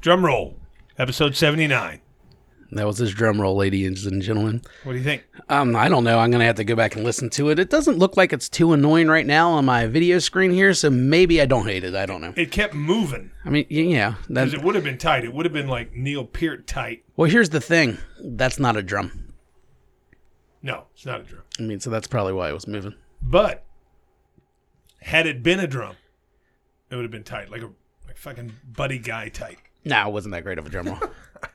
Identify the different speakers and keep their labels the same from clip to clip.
Speaker 1: Drum roll. Episode 79.
Speaker 2: That was his drum roll, ladies and gentlemen.
Speaker 1: What do you think?
Speaker 2: Um, I don't know. I'm gonna have to go back and listen to it. It doesn't look like it's too annoying right now on my video screen here, so maybe I don't hate it. I don't know.
Speaker 1: It kept moving
Speaker 2: I mean, y- yeah. That,
Speaker 1: because it would have been tight. It would have been like Neil Peart tight.
Speaker 2: well, here's the thing. That's not a drum.
Speaker 1: No, it's not a drum.
Speaker 2: I mean, so that's probably why it was moving.
Speaker 1: But had it been a drum, it would have been tight, like a like fucking buddy guy tight.
Speaker 2: No, it wasn't that great of a drum roll.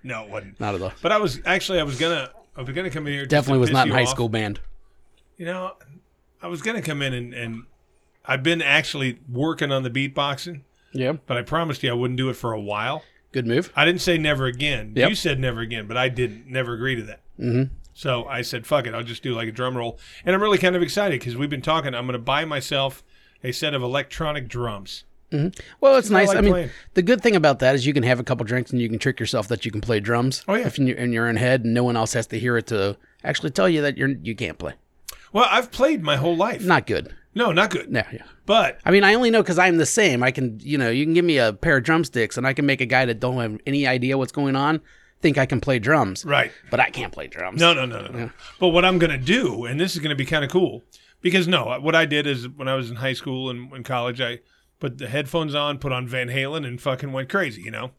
Speaker 1: No, it wasn't.
Speaker 2: not at all.
Speaker 1: But I was actually I was gonna I was gonna come in here. just to
Speaker 2: Definitely was
Speaker 1: piss
Speaker 2: not in
Speaker 1: you
Speaker 2: high
Speaker 1: off.
Speaker 2: school band.
Speaker 1: You know, I was gonna come in and and I've been actually working on the beatboxing,
Speaker 2: Yeah.
Speaker 1: but I promised you I wouldn't do it for a while.
Speaker 2: Good move.
Speaker 1: I didn't say never again.
Speaker 2: Yep.
Speaker 1: You said never again, but I didn't never agree to that. Mm-hmm. So I said, "Fuck it, I'll just do like a drum roll." And I'm really kind of excited because we've been talking. I'm going to buy myself a set of electronic drums.
Speaker 2: Well, it's nice.
Speaker 1: like
Speaker 2: I mean,
Speaker 1: playing.
Speaker 2: the good thing about that is you can have a couple drinks and you can trick yourself that you can play drums.
Speaker 1: Oh, yeah.
Speaker 2: If in your, in your own head, and no one else has to hear it to actually tell you that you're you can't play.
Speaker 1: Well, I've played my whole life.
Speaker 2: Not good.
Speaker 1: No, not good.
Speaker 2: No. Yeah.
Speaker 1: But
Speaker 2: I mean, I only know because I'm the same. I can, you know, you can give me a pair of drumsticks and I can make a guy that don't have any idea what's going on think I can play drums,
Speaker 1: right,
Speaker 2: but I can't play drums.
Speaker 1: no, no, no, no. no. But what I'm going to do, and this is going to be kind of cool, because no, what I did is when I was in high school and in college, I put the headphones on, put on Van Halen, and fucking went crazy, you know.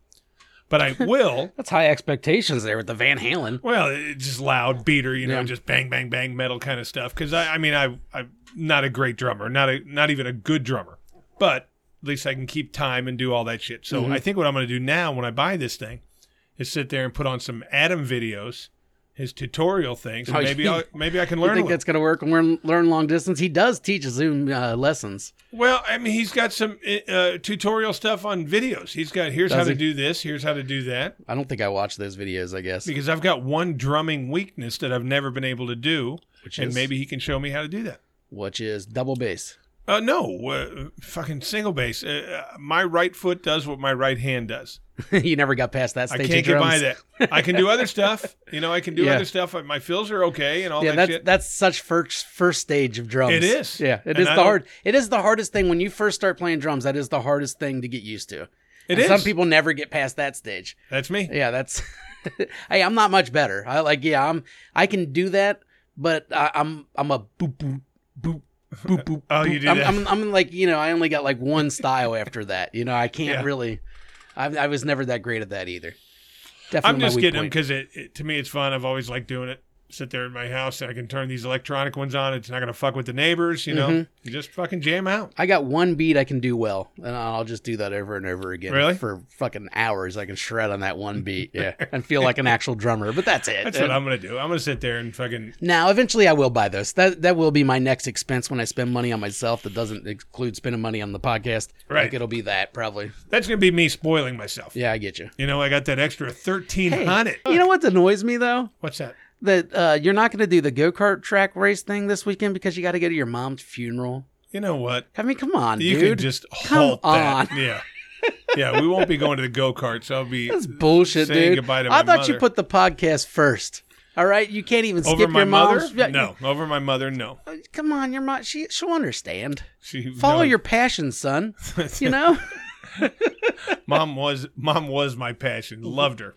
Speaker 1: But I will.
Speaker 2: That's high expectations there with the Van Halen.
Speaker 1: Well, it's just loud beater, you know,
Speaker 2: Yeah.
Speaker 1: just bang, bang, bang, metal kind of stuff. Because I, I mean, I, I'm not a great drummer, not a, not even a good drummer, but at least I can keep time and do all that shit. So
Speaker 2: Mm-hmm.
Speaker 1: I think what I'm going to do now when I buy this thing is sit there and put on some Adam videos, his tutorial things, and
Speaker 2: Oh,
Speaker 1: maybe
Speaker 2: you-
Speaker 1: I, maybe I can
Speaker 2: You
Speaker 1: learn. a
Speaker 2: think
Speaker 1: little.
Speaker 2: that's going to work and learn, learn long distance? He does teach Zoom uh, lessons.
Speaker 1: Well, I mean, he's got some uh, tutorial stuff on videos. He's got here's how
Speaker 2: Does
Speaker 1: to
Speaker 2: he?
Speaker 1: do this, here's how to do that.
Speaker 2: I don't think I watched those videos, I guess.
Speaker 1: Because I've got one drumming weakness that I've never been able to do,
Speaker 2: Which
Speaker 1: and
Speaker 2: is-
Speaker 1: maybe he can show me how to do that.
Speaker 2: which is double bass.
Speaker 1: Uh, no, uh, fucking single bass. Uh, uh, my right foot does what my right hand does.
Speaker 2: you never got past that
Speaker 1: I
Speaker 2: stage.
Speaker 1: can't
Speaker 2: of
Speaker 1: get by
Speaker 2: drums.
Speaker 1: that. I can do other stuff. You know, I can do
Speaker 2: Yeah.
Speaker 1: other stuff. Uh, My fills are okay and all
Speaker 2: Yeah,
Speaker 1: that
Speaker 2: that's
Speaker 1: shit.
Speaker 2: that's such first first stage of drums.
Speaker 1: It is.
Speaker 2: Yeah, it
Speaker 1: And
Speaker 2: is
Speaker 1: I
Speaker 2: the
Speaker 1: don't-
Speaker 2: hard. It is the hardest thing when you first start playing drums. That is the hardest thing to get used to.
Speaker 1: It
Speaker 2: And Some
Speaker 1: is.
Speaker 2: people never get past that stage.
Speaker 1: that's me.
Speaker 2: Yeah, that's. hey, I'm not much better. I like. Yeah, I'm. I can do that, but I, I'm. I'm a boop boop boop. Boop, boop,
Speaker 1: Oh, you
Speaker 2: boop.
Speaker 1: do
Speaker 2: I'm,
Speaker 1: that.
Speaker 2: I'm, I'm like you know I only got like one style after that you know I can't
Speaker 1: Yeah.
Speaker 2: really I, I was never that great at that either. Definitely
Speaker 1: I'm
Speaker 2: my
Speaker 1: just
Speaker 2: weak
Speaker 1: getting them
Speaker 2: point.
Speaker 1: because it, it to me it's fun. I've always liked doing it. Sit there in my house and I can turn these electronic ones on. It's not gonna fuck with the neighbors. You know,
Speaker 2: Mm-hmm.
Speaker 1: you just fucking jam out.
Speaker 2: I got one beat I can do well, and I'll just do that over and over again.
Speaker 1: Really?
Speaker 2: For fucking hours, I can shred on that one beat, yeah, and feel like an actual drummer. But that's it.
Speaker 1: That's what I'm gonna do. I'm gonna sit there and fucking
Speaker 2: now, eventually, I will buy this. That that will be my next expense when I spend money on myself. That doesn't include spending money on the podcast.
Speaker 1: Right.
Speaker 2: Like, it'll be that probably.
Speaker 1: that's gonna be me spoiling myself.
Speaker 2: Yeah, I get you.
Speaker 1: You know, I got that extra thirteen hundred.
Speaker 2: You know what annoys me though?
Speaker 1: What's that?
Speaker 2: That uh, you're not going to do the go kart track race thing this weekend because you got to go to your mom's funeral.
Speaker 1: You know what?
Speaker 2: I mean, come on,
Speaker 1: You
Speaker 2: dude.
Speaker 1: could just
Speaker 2: Come
Speaker 1: halt that.
Speaker 2: on.
Speaker 1: Yeah. Yeah, we won't be going to the go kart, so I'll be
Speaker 2: That's bullshit,
Speaker 1: saying
Speaker 2: dude.
Speaker 1: goodbye to my
Speaker 2: I thought you
Speaker 1: mother.
Speaker 2: put the podcast first. All right, you can't even
Speaker 1: over
Speaker 2: skip
Speaker 1: my
Speaker 2: your
Speaker 1: mother.
Speaker 2: mom's- Yeah,
Speaker 1: No, over my mother. No,
Speaker 2: you- uh, come on, your mom. She she'll understand.
Speaker 1: she
Speaker 2: Follow
Speaker 1: no.
Speaker 2: your passion, son. You know,
Speaker 1: mom was mom was my passion. Loved her.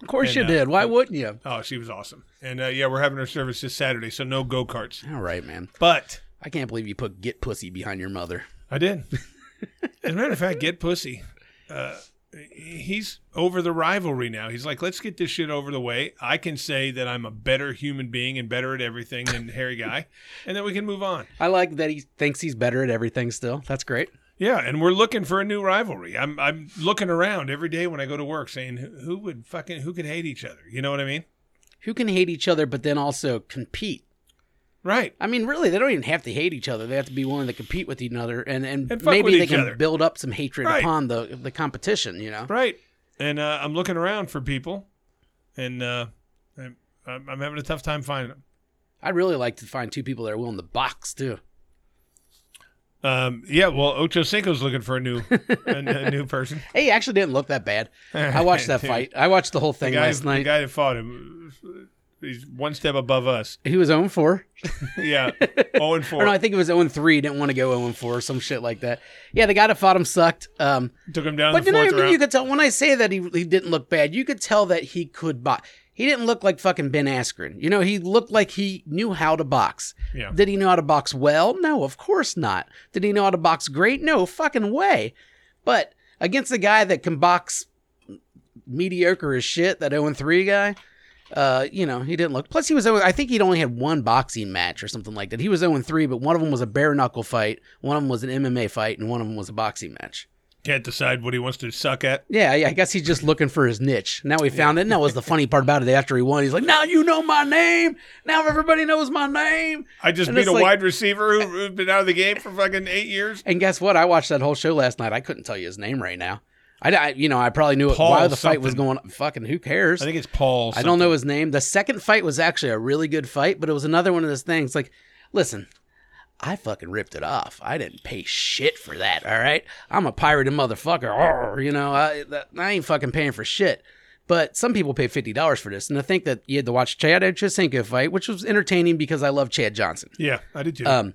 Speaker 2: of course
Speaker 1: And,
Speaker 2: you
Speaker 1: uh,
Speaker 2: did. Why wouldn't you?
Speaker 1: Oh, she was awesome. And uh, yeah, we're having her service this Saturday, so no go karts.
Speaker 2: All right, man.
Speaker 1: But
Speaker 2: I can't believe you put get pussy behind your mother.
Speaker 1: I did. As a matter of fact, get pussy. Uh, he's over the rivalry now. He's like, let's get this shit over the way. I can say that I'm a better human being and better at everything than Harry Guy, and then we can move on.
Speaker 2: I like that he thinks he's better at everything. Still, that's great.
Speaker 1: Yeah, and we're looking for a new rivalry. I'm I'm looking around every day when I go to work, saying who, who would fucking who could hate each other. You know what I mean?
Speaker 2: Who can hate each other but then also compete?
Speaker 1: Right.
Speaker 2: I mean, really, they don't even have to hate each other. They have to be willing to compete with each other, and and,
Speaker 1: And fuck with
Speaker 2: maybe they
Speaker 1: each
Speaker 2: can
Speaker 1: other.
Speaker 2: build up some hatred
Speaker 1: Right.
Speaker 2: upon the the competition. You know.
Speaker 1: Right. And uh, I'm looking around for people, and uh, I'm I'm I'm having a tough time finding them.
Speaker 2: I'd really like to find two people that are willing to box too.
Speaker 1: Um, yeah. Well, Ocho Cinco's looking for a new a, a new person.
Speaker 2: Hey, he actually didn't look that bad. I watched that
Speaker 1: Dude.
Speaker 2: fight. I watched the whole
Speaker 1: The
Speaker 2: thing
Speaker 1: guy,
Speaker 2: last
Speaker 1: the
Speaker 2: night.
Speaker 1: guy that fought him. he's one step above us.
Speaker 2: He was 0 4.
Speaker 1: Yeah, zero and
Speaker 2: Or
Speaker 1: four.
Speaker 2: no, I think it was 0 3. Didn't want to go 0 4 or some shit like that. Yeah, the guy that fought him sucked. Um,
Speaker 1: Took him down
Speaker 2: but
Speaker 1: in the
Speaker 2: you know,
Speaker 1: fourth
Speaker 2: what I mean,
Speaker 1: round.
Speaker 2: you could tell when I say that he, he didn't look bad, you could tell that he could box. He didn't look like fucking Ben Askren. You know, he looked like he knew how to box.
Speaker 1: Yeah.
Speaker 2: Did he know how to box well? No, of course not. Did he know how to box great? No fucking way. But against a guy that can box mediocre as shit, that 0 3 guy, uh, you know, he didn't look. Plus, he was, 0 I think he'd only had one boxing match or something like that. He was 0 3, but one of them was a bare knuckle fight, one of them was an MMA fight, and one of them was a boxing match.
Speaker 1: Can't decide what he wants to suck at.
Speaker 2: Yeah, yeah. I guess he's just looking for his niche. Now he found it. And that was the funny part about it. After he won, he's like, "Now you know my name. Now everybody knows my name."
Speaker 1: I just
Speaker 2: And
Speaker 1: beat
Speaker 2: it's
Speaker 1: a
Speaker 2: like-
Speaker 1: wide receiver who, who's been out of the game for fucking eight years.
Speaker 2: And guess what? I watched that whole show last night. I couldn't tell you his name right now. I, I you know, I probably knew it
Speaker 1: Paul
Speaker 2: why the fight was
Speaker 1: something.
Speaker 2: going. Fucking who cares?
Speaker 1: I think it's Paul.
Speaker 2: I don't know his name. The second fight was actually a really good fight, but it was another one of those things like, listen, I fucking ripped it off. I didn't pay shit for that, all right? I'm a pirate and motherfucker. Arr, you know, I, that- I ain't fucking paying for shit. But some people pay $50 for this. And I think that you had to watch Chad Ochocinco fight, which was entertaining because I love Chad Johnson.
Speaker 1: Yeah, I did too.
Speaker 2: Um,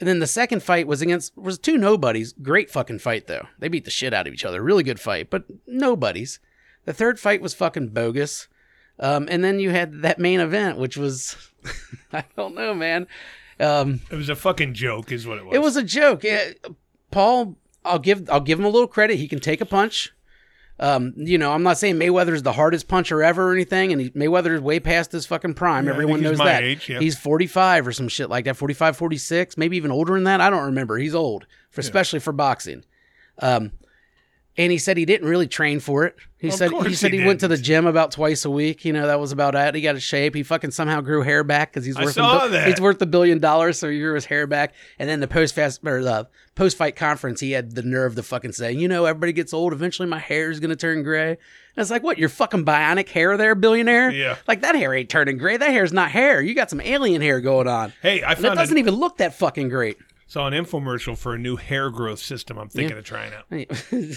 Speaker 2: and then the second fight was against was two nobodies. Great fucking fight though. They beat the shit out of each other. Really good fight, but nobodies. The third fight was fucking bogus. Um, and then you had that main event, which was I don't know, man. Um,
Speaker 1: it was a fucking joke, is what it was.
Speaker 2: it was a joke. Yeah, Paul, I'll give I'll give him a little credit. He can take a punch. Um, you know, I'm not saying Mayweather's the hardest puncher ever or anything, and he, Mayweather's way past his fucking prime.
Speaker 1: Yeah, I
Speaker 2: Everyone
Speaker 1: think he's
Speaker 2: knows
Speaker 1: my
Speaker 2: that.
Speaker 1: age, yeah.
Speaker 2: He's 45 or some shit like that, 45, 46, maybe even older than that. I don't remember. He's old, for, especially for boxing. Um, and he said he didn't really train for it. He
Speaker 1: Of
Speaker 2: said he
Speaker 1: course
Speaker 2: said
Speaker 1: he
Speaker 2: he, went to the
Speaker 1: didn't.
Speaker 2: gym about twice a week. You know that was about it. He got a shape. He fucking somehow grew hair back because he's
Speaker 1: I
Speaker 2: worth
Speaker 1: saw
Speaker 2: a, bu-
Speaker 1: that.
Speaker 2: he's worth a billion dollars, so he grew his hair back. And then the post fast or the post fight conference, he had the nerve to fucking say, you know, everybody gets old. Eventually, my hair is gonna turn gray. And it's like, what? Your fucking bionic hair there, billionaire?
Speaker 1: Yeah.
Speaker 2: Like that hair ain't turning gray. That hair's not hair. You got some alien hair going on.
Speaker 1: hey, I
Speaker 2: And it
Speaker 1: found
Speaker 2: doesn't
Speaker 1: a,
Speaker 2: even look that fucking great.
Speaker 1: saw an infomercial for a new hair growth system. I'm thinking of trying out.
Speaker 2: Any-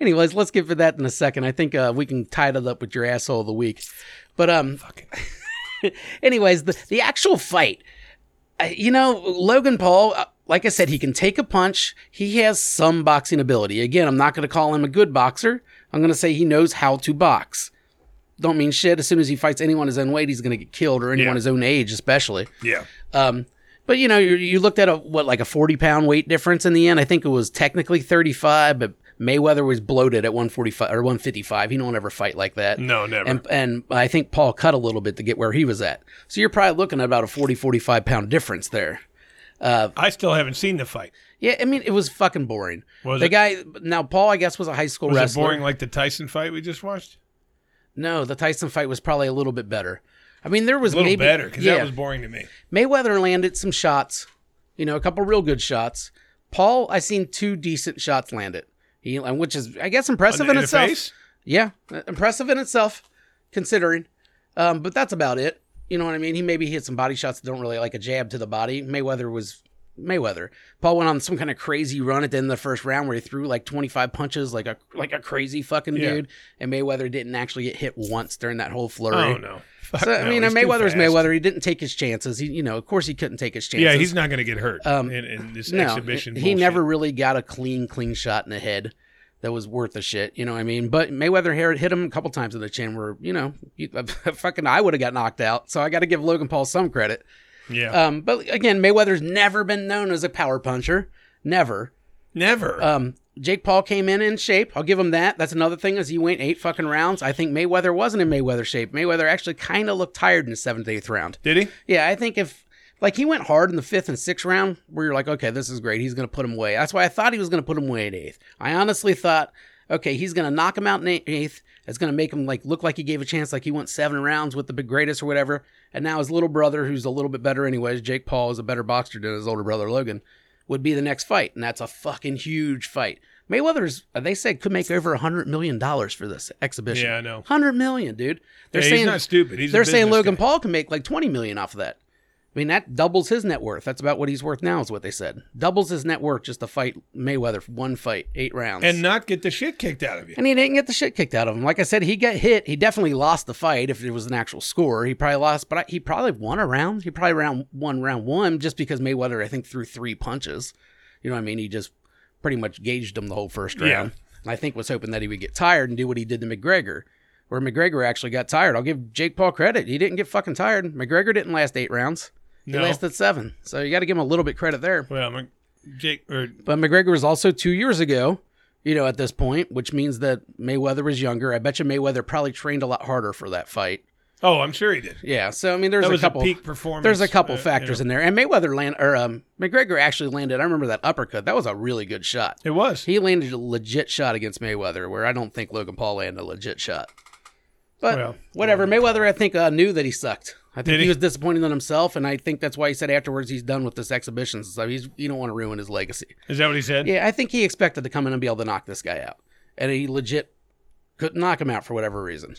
Speaker 2: Anyways, let's get to that in a second. I think uh, we can tie it up with your asshole of the week. But um,
Speaker 1: Fucking
Speaker 2: anyways, the the actual fight, uh, you know, Logan Paul. uh, Like I said, he can take a punch. He has some boxing ability. Again, I'm not going to call him a good boxer. I'm going to say he knows how to box. Don't mean shit. As soon as he fights anyone his own weight, he's going to get killed, or anyone
Speaker 1: Yeah.
Speaker 2: his own age, especially.
Speaker 1: yeah.
Speaker 2: Um, but you know, you, you looked at a what like a forty pound weight difference in the end. I think it was technically thirty five, but Mayweather was bloated at one forty five or one fifty five. He don't ever fight like that.
Speaker 1: No, never.
Speaker 2: And and I think Paul cut a little bit to get where he was at. So you're probably looking at about a 40, 45 pound difference there.
Speaker 1: I still haven't seen the fight.
Speaker 2: Yeah, I mean it was fucking boring.
Speaker 1: Was
Speaker 2: the
Speaker 1: it?
Speaker 2: guy now Paul I guess was a high school
Speaker 1: Was
Speaker 2: wrestler.
Speaker 1: it boring like the Tyson fight we just watched?
Speaker 2: No, the Tyson fight was probably a little bit better. I mean there was
Speaker 1: A little
Speaker 2: maybe
Speaker 1: better because
Speaker 2: yeah.
Speaker 1: that was boring to me.
Speaker 2: Mayweather landed some shots, you know, a couple real good shots. Paul, I seen two decent shots landed. He, which is, I guess, impressive in,
Speaker 1: the
Speaker 2: itself.
Speaker 1: face?
Speaker 2: Yeah, uh, impressive in itself, considering. Um, but that's about it. You know what I mean? He maybe hit some body shots that don't really like a jab to the body. Mayweather was Mayweather. Paul went on some kind of crazy run at the end of the first round where he threw like 25 punches, like a like a crazy fucking
Speaker 1: Yeah.
Speaker 2: dude. And Mayweather didn't actually get hit once during that whole flurry.
Speaker 1: Oh no. Fuck
Speaker 2: So, I
Speaker 1: no,
Speaker 2: mean,
Speaker 1: he's too
Speaker 2: Mayweather's
Speaker 1: fast.
Speaker 2: Mayweather. He didn't take his chances. He, you know, of course, he couldn't take his chances.
Speaker 1: Yeah, he's not going to get hurt in, in this exhibition.
Speaker 2: Um, He
Speaker 1: bullshit.
Speaker 2: never really got a clean, clean shot in the head that was worth a shit. You know what I mean? But Mayweather hit, hit him a couple times in the chin where, you know, you, fucking I would have got knocked out. So I got to give Logan Paul some credit.
Speaker 1: Yeah,
Speaker 2: Um, but again, Mayweather's never been known as a power puncher. Never.
Speaker 1: never.
Speaker 2: Um, Jake Paul came in in shape. I'll give him that. That's another thing is he went eight fucking rounds. I think Mayweather wasn't in Mayweather shape. Mayweather actually kind of looked tired in the seventh, eighth round.
Speaker 1: Did he?
Speaker 2: Yeah, I think if like he went hard in the fifth and sixth round, where you're like, okay, this is great. He's going to put him away. That's why I thought he was going to put him away in eighth. I honestly thought, okay, he's going to knock him out in eight- eighth. It's going to make him like look like he gave a chance, like he went seven rounds with the big greatest or whatever. And now his little brother, who's a little bit better anyways, Jake Paul is a better boxer than his older brother Logan, would be the next fight, and that's a fucking huge fight. Mayweather's they said could make over a hundred million dollars for this exhibition.
Speaker 1: Yeah, I know.
Speaker 2: Hundred million, dude. They're
Speaker 1: Yeah, he's
Speaker 2: saying
Speaker 1: not stupid. He's a
Speaker 2: they're saying
Speaker 1: business
Speaker 2: Logan
Speaker 1: guy.
Speaker 2: Paul can make like 20 million off of that. I mean, that doubles his net worth. That's about what he's worth now, is what they said. Doubles his net worth just to fight Mayweather for one fight, eight rounds.
Speaker 1: and not get the shit kicked out of you.
Speaker 2: And he didn't get the shit kicked out of him. Like I said, he got hit. He definitely lost the fight if it was an actual score. He probably lost, but I, he probably won a round. He probably round won round one just because Mayweather, I think, threw three punches. You know what I mean? He just pretty much gauged him the whole first round.
Speaker 1: Yeah.
Speaker 2: And I think was hoping that he would get tired and do what he did to McGregor, where McGregor actually got tired. I'll give Jake Paul credit. He didn't get fucking tired. McGregor didn't last eight rounds. He
Speaker 1: No.
Speaker 2: lasted seven. So you got to give him a little bit credit there.
Speaker 1: Well, I'm Jake or
Speaker 2: But McGregor was also two years ago, you know, at this point, which means that Mayweather was younger. I bet you Mayweather probably trained a lot harder for that fight.
Speaker 1: oh, I'm sure he did.
Speaker 2: Yeah. So I mean, there's
Speaker 1: That
Speaker 2: a
Speaker 1: was
Speaker 2: couple.
Speaker 1: a peak performance.
Speaker 2: there's a couple
Speaker 1: uh,
Speaker 2: factors in there, and Mayweather land or um, McGregor actually landed. I remember that uppercut. That was a really good shot.
Speaker 1: It was.
Speaker 2: He landed a legit shot against Mayweather, where I don't think Logan Paul landed a legit shot. But
Speaker 1: Well,
Speaker 2: whatever, Mayweather, I think uh, knew that he sucked. I think
Speaker 1: Did
Speaker 2: he?
Speaker 1: he?
Speaker 2: was disappointed in himself, and I think that's why he said afterwards he's done with this exhibition. So he's you don't want to ruin his legacy.
Speaker 1: Is that what he said?
Speaker 2: Yeah, I think he expected to come in and be able to knock this guy out, and he legit couldn't knock him out for whatever reason.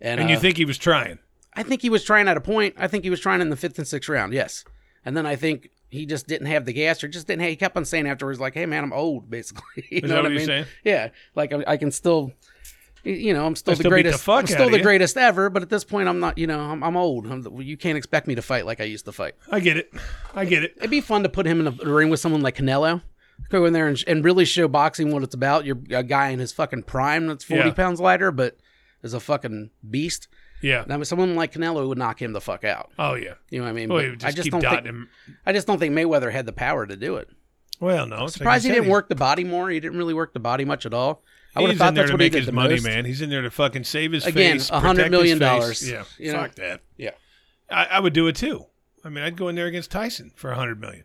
Speaker 2: And,
Speaker 1: And you
Speaker 2: uh,
Speaker 1: think he was trying?
Speaker 2: I think he was trying at a point. I think he was trying in the fifth and sixth round. Yes, and then I think he just didn't have the gas, or just didn't. Have, he kept on saying afterwards, like, "Hey, man, I'm old," basically. you
Speaker 1: Is
Speaker 2: know
Speaker 1: that
Speaker 2: what I
Speaker 1: what he's
Speaker 2: mean?
Speaker 1: saying?
Speaker 2: Yeah, like I, I can still. You know, I'm still
Speaker 1: I
Speaker 2: the
Speaker 1: still beat the
Speaker 2: greatest.
Speaker 1: fuck
Speaker 2: I'm
Speaker 1: out
Speaker 2: still
Speaker 1: of
Speaker 2: the
Speaker 1: you.
Speaker 2: greatest ever, but at this point, I'm not. You know, I'm, I'm old. I'm, the- you can't expect me to fight like I used to fight.
Speaker 1: I get it. I get it.
Speaker 2: It'd be fun to put him in a ring with someone like Canelo. Go in there and, and really show boxing what it's about. You're a guy in his fucking prime that's 40
Speaker 1: Yeah.
Speaker 2: pounds lighter, but is a fucking beast.
Speaker 1: Yeah.
Speaker 2: Now, someone like Canelo would knock him the fuck out.
Speaker 1: Oh yeah.
Speaker 2: You know what I mean?
Speaker 1: Well,
Speaker 2: But
Speaker 1: he would
Speaker 2: I
Speaker 1: just,
Speaker 2: just
Speaker 1: keep
Speaker 2: don't
Speaker 1: dotting
Speaker 2: think
Speaker 1: him.
Speaker 2: I just don't think Mayweather had the power to do it.
Speaker 1: Well, no. it's like
Speaker 2: Surprised he
Speaker 1: said,
Speaker 2: didn't
Speaker 1: he's-
Speaker 2: work the body more. He didn't really work the body much at all. I would have
Speaker 1: He's
Speaker 2: thought
Speaker 1: in there
Speaker 2: that's
Speaker 1: to
Speaker 2: what he
Speaker 1: make
Speaker 2: did
Speaker 1: his
Speaker 2: the
Speaker 1: money,
Speaker 2: most.
Speaker 1: man. He's in there to fucking save his
Speaker 2: Again,
Speaker 1: face.
Speaker 2: a
Speaker 1: protect
Speaker 2: hundred million
Speaker 1: his face.
Speaker 2: dollars,
Speaker 1: Yeah.
Speaker 2: you know?
Speaker 1: Fuck that.
Speaker 2: Yeah.
Speaker 1: I, I would do it too. I mean, I'd go in there against Tyson for a hundred million.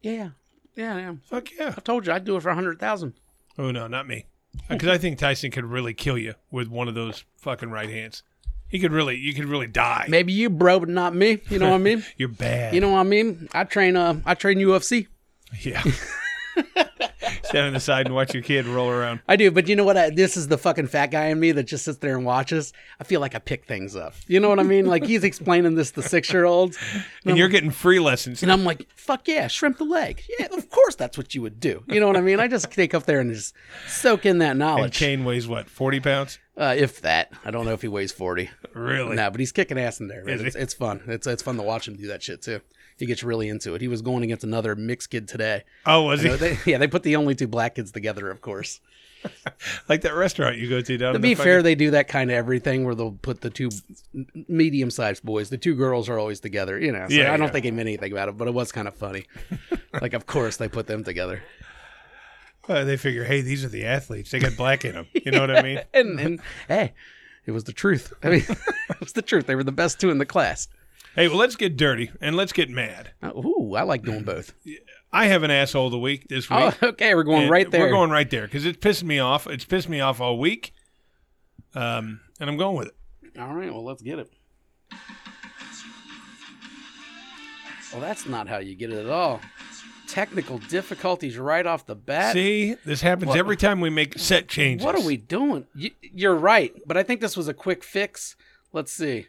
Speaker 2: Yeah, yeah, yeah.
Speaker 1: Fuck yeah.
Speaker 2: I told you I'd do it for a hundred thousand.
Speaker 1: Oh no, not me. Because I think Tyson could really kill you with one of those fucking right hands. He could really, you could really die.
Speaker 2: Maybe you, bro, but not me. You know what I mean?
Speaker 1: You're bad.
Speaker 2: You know what I mean? I train. Uh, I train UFC.
Speaker 1: Yeah. Stand on the side and watch your kid roll around.
Speaker 2: I do, but you know what? I, this is the fucking fat guy in me that just sits there and watches. I feel like I pick things up. You know what I mean? Like he's explaining this to six year olds,
Speaker 1: And you're getting free lessons.
Speaker 2: and I'm like, "Fuck yeah, shrimp the leg. Yeah, of course that's what you would do." You know what I mean? I just take up there and just soak in that
Speaker 1: And
Speaker 2: knowledge.
Speaker 1: Kane weighs what, 40 pounds?
Speaker 2: Uh, if that, I don't know if he weighs forty.
Speaker 1: Really?
Speaker 2: Nah, but he's kicking ass in there. Man.
Speaker 1: Is he?
Speaker 2: It's, it's fun. It's it's fun to watch him do that shit too. He gets really into it. He was going against another mixed kid today.
Speaker 1: Oh, was
Speaker 2: You know,
Speaker 1: he?
Speaker 2: they, yeah, they put the only two black kids together, of course.
Speaker 1: Like that restaurant you go to down
Speaker 2: To
Speaker 1: in
Speaker 2: be
Speaker 1: the
Speaker 2: fair, they do that kind of everything where they'll put the two medium sized boys, the two girls are always together, you know. So
Speaker 1: Yeah,
Speaker 2: I don't
Speaker 1: yeah.
Speaker 2: think they meant anything about it, but it was kind of funny. like, of course, they put them together.
Speaker 1: fucking- uh, they figure, hey, these are the athletes. They got black in them. You know what I mean?
Speaker 2: And, and hey, it was the truth. I mean, it was the truth. They were the best two in the class.
Speaker 1: Hey, well, let's get dirty and let's get mad.
Speaker 2: Uh, ooh, I like doing both.
Speaker 1: I have an asshole of the week this week.
Speaker 2: Oh, okay. We're going
Speaker 1: And
Speaker 2: right there.
Speaker 1: We're going right there because it's pissing me off. It's pissed me off all week. Um, and I'm going with it.
Speaker 2: All right, well, let's get it. Well, that's not how you get it at all. Technical difficulties right off the bat.
Speaker 1: See, this happens
Speaker 2: What-
Speaker 1: every time we make set changes.
Speaker 2: what are we doing? You, you're right, but I think this was a quick fix. Let's see.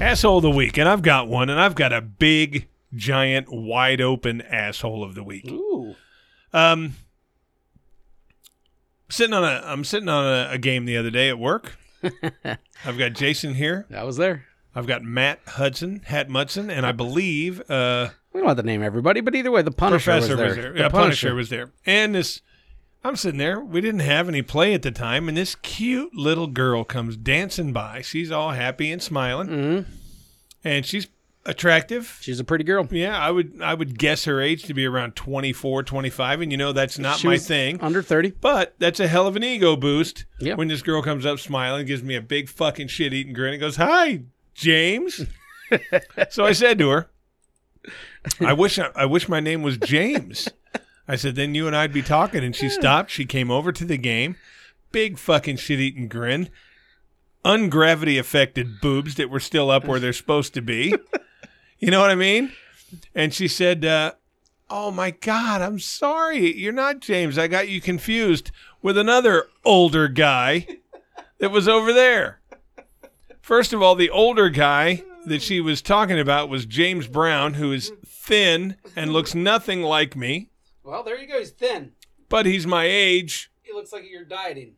Speaker 1: Asshole of the week, and I've got one, and I've got a big, giant, wide open asshole of the week.
Speaker 2: Ooh,
Speaker 1: Um, sitting on a, I'm sitting on a, a game the other day at work. I've got Jason here.
Speaker 2: that was there.
Speaker 1: I've got Matt Hudson, Hat Mudson, and I believe uh,
Speaker 2: We don't have to name everybody, but either way, the Punisher
Speaker 1: Professor
Speaker 2: was there. The
Speaker 1: Yeah, Punisher. was there. And this, I'm sitting there. We didn't have any play at the time, and this cute little girl comes dancing by. She's all happy and smiling,
Speaker 2: Mhm.
Speaker 1: and she's attractive.
Speaker 2: She's a pretty girl.
Speaker 1: Yeah, I would I would guess her age to be around 24, 25, and you know that's not
Speaker 2: She
Speaker 1: my
Speaker 2: was
Speaker 1: thing.
Speaker 2: Under thirty.
Speaker 1: But that's a hell of an ego boost
Speaker 2: Yeah.
Speaker 1: when this girl comes up smiling, gives me a big fucking shit eating grin, and goes, "Hi, James." so I said to her, "I wish I, I wish my name was James." I said, "Then you and I'd be talking." And she stopped. She came over to the game, big fucking shit eating grin, ungravity affected boobs that were still up where they're supposed to be. you know what I mean? And she said, uh, "Oh my God, I'm sorry, you're not James. I got you confused with another older guy that was over there." First of all, the older guy that she was talking about was James Brown, who is thin and looks nothing like me,
Speaker 2: Well, there you go. He's thin.
Speaker 1: but he's my age.
Speaker 2: He looks like you're dieting.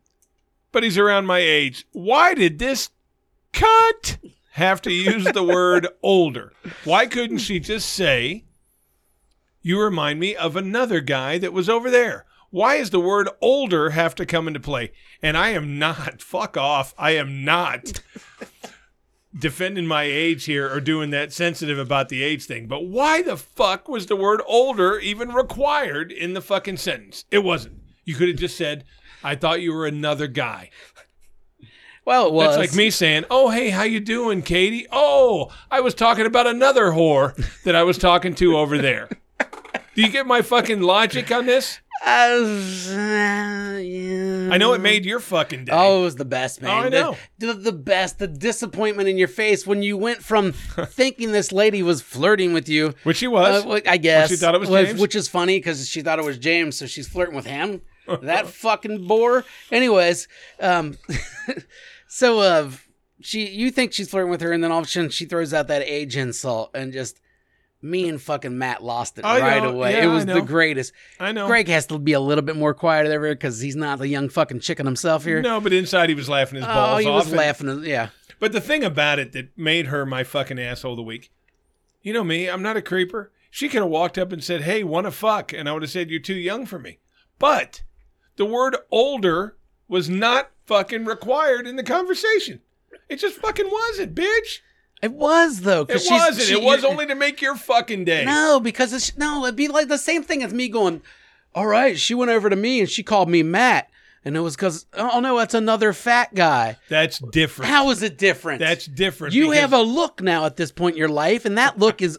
Speaker 1: but he's around my age. Why did this cut have to use the word older? Why couldn't she just say, You remind me of another guy that was over there? Why does the word older have to come into play? And I am not, fuck off, I am not defending my age here or doing that sensitive about the age thing. But why the fuck was the word older even required in the fucking sentence? It wasn't. You could have just said, I thought you were another guy.
Speaker 2: Well, it was.
Speaker 1: That's like me saying, "Oh, hey, how you doing, Katie? Oh, I was talking about another whore that I was talking to over there." Do you get my fucking logic on this?
Speaker 2: Uh, yeah.
Speaker 1: I know it made your fucking day.
Speaker 2: Oh, it was the best, man.
Speaker 1: I
Speaker 2: The-
Speaker 1: know.
Speaker 2: The, the best. The disappointment in your face when you went from thinking this lady was flirting with you.
Speaker 1: which he was.
Speaker 2: Uh, well, I guess.
Speaker 1: she thought it was James?
Speaker 2: Which is funny because she thought it was James, so she's flirting with him. that fucking bore. Anyways, um, so uh, she, you think she's flirting with her, and then all of a sudden she throws out that age insult and just. Me and fucking Matt lost it
Speaker 1: I
Speaker 2: right
Speaker 1: know.
Speaker 2: away.
Speaker 1: Yeah,
Speaker 2: it
Speaker 1: I
Speaker 2: was
Speaker 1: know.
Speaker 2: the greatest.
Speaker 1: I know.
Speaker 2: Greg has to be a little bit more quiet over here because he's not the young fucking chicken himself here.
Speaker 1: No, but inside he was laughing his balls
Speaker 2: oh, he
Speaker 1: off.
Speaker 2: was
Speaker 1: and-
Speaker 2: laughing. Yeah.
Speaker 1: But the thing about it that made her my fucking asshole of the week, you know me, I'm not a creeper. She could have walked up and said, Hey, wanna fuck? And I would have said, You're too young for me. But the word older was not fucking required in the conversation. It just fucking wasn't, bitch.
Speaker 2: It was though. 'cause
Speaker 1: It
Speaker 2: she's-
Speaker 1: wasn't.
Speaker 2: she-
Speaker 1: it was only to make your fucking day.
Speaker 2: No, because it's no, it'd be like the same thing as me going, All right, she went over to me and she called me Matt. And it was because oh no, that's another fat guy.
Speaker 1: That's different.
Speaker 2: How is it different?
Speaker 1: That's different.
Speaker 2: you
Speaker 1: because-
Speaker 2: have a look now at this point in your life, and that look is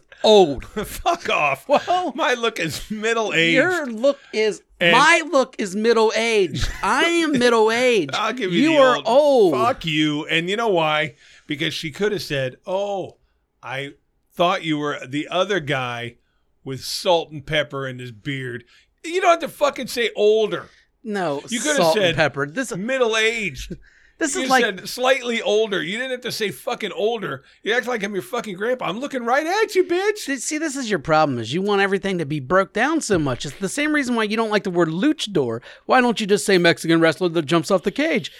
Speaker 2: old.
Speaker 1: fuck off.
Speaker 2: Well,
Speaker 1: My look is middle aged.
Speaker 2: Your look is
Speaker 1: And-
Speaker 2: my look is middle aged. I am middle aged.
Speaker 1: I'll give you.
Speaker 2: You
Speaker 1: the
Speaker 2: are old.
Speaker 1: Fuck you. And you know why? Because she could have said, "Oh, I thought you were the other guy with salt and pepper in his beard." You don't have to fucking say older,
Speaker 2: No,
Speaker 1: You could have
Speaker 2: salt
Speaker 1: said-
Speaker 2: and pepper. This
Speaker 1: middle aged.
Speaker 2: this
Speaker 1: You
Speaker 2: is like
Speaker 1: said slightly older. You didn't have to say fucking older. You act like I'm your fucking grandpa. I'm looking right at you, bitch.
Speaker 2: See, see, this is your problem is you want everything to be broke down so much. It's the same reason why you don't like the word luchador. Why don't you just say Mexican wrestler that jumps off the cage?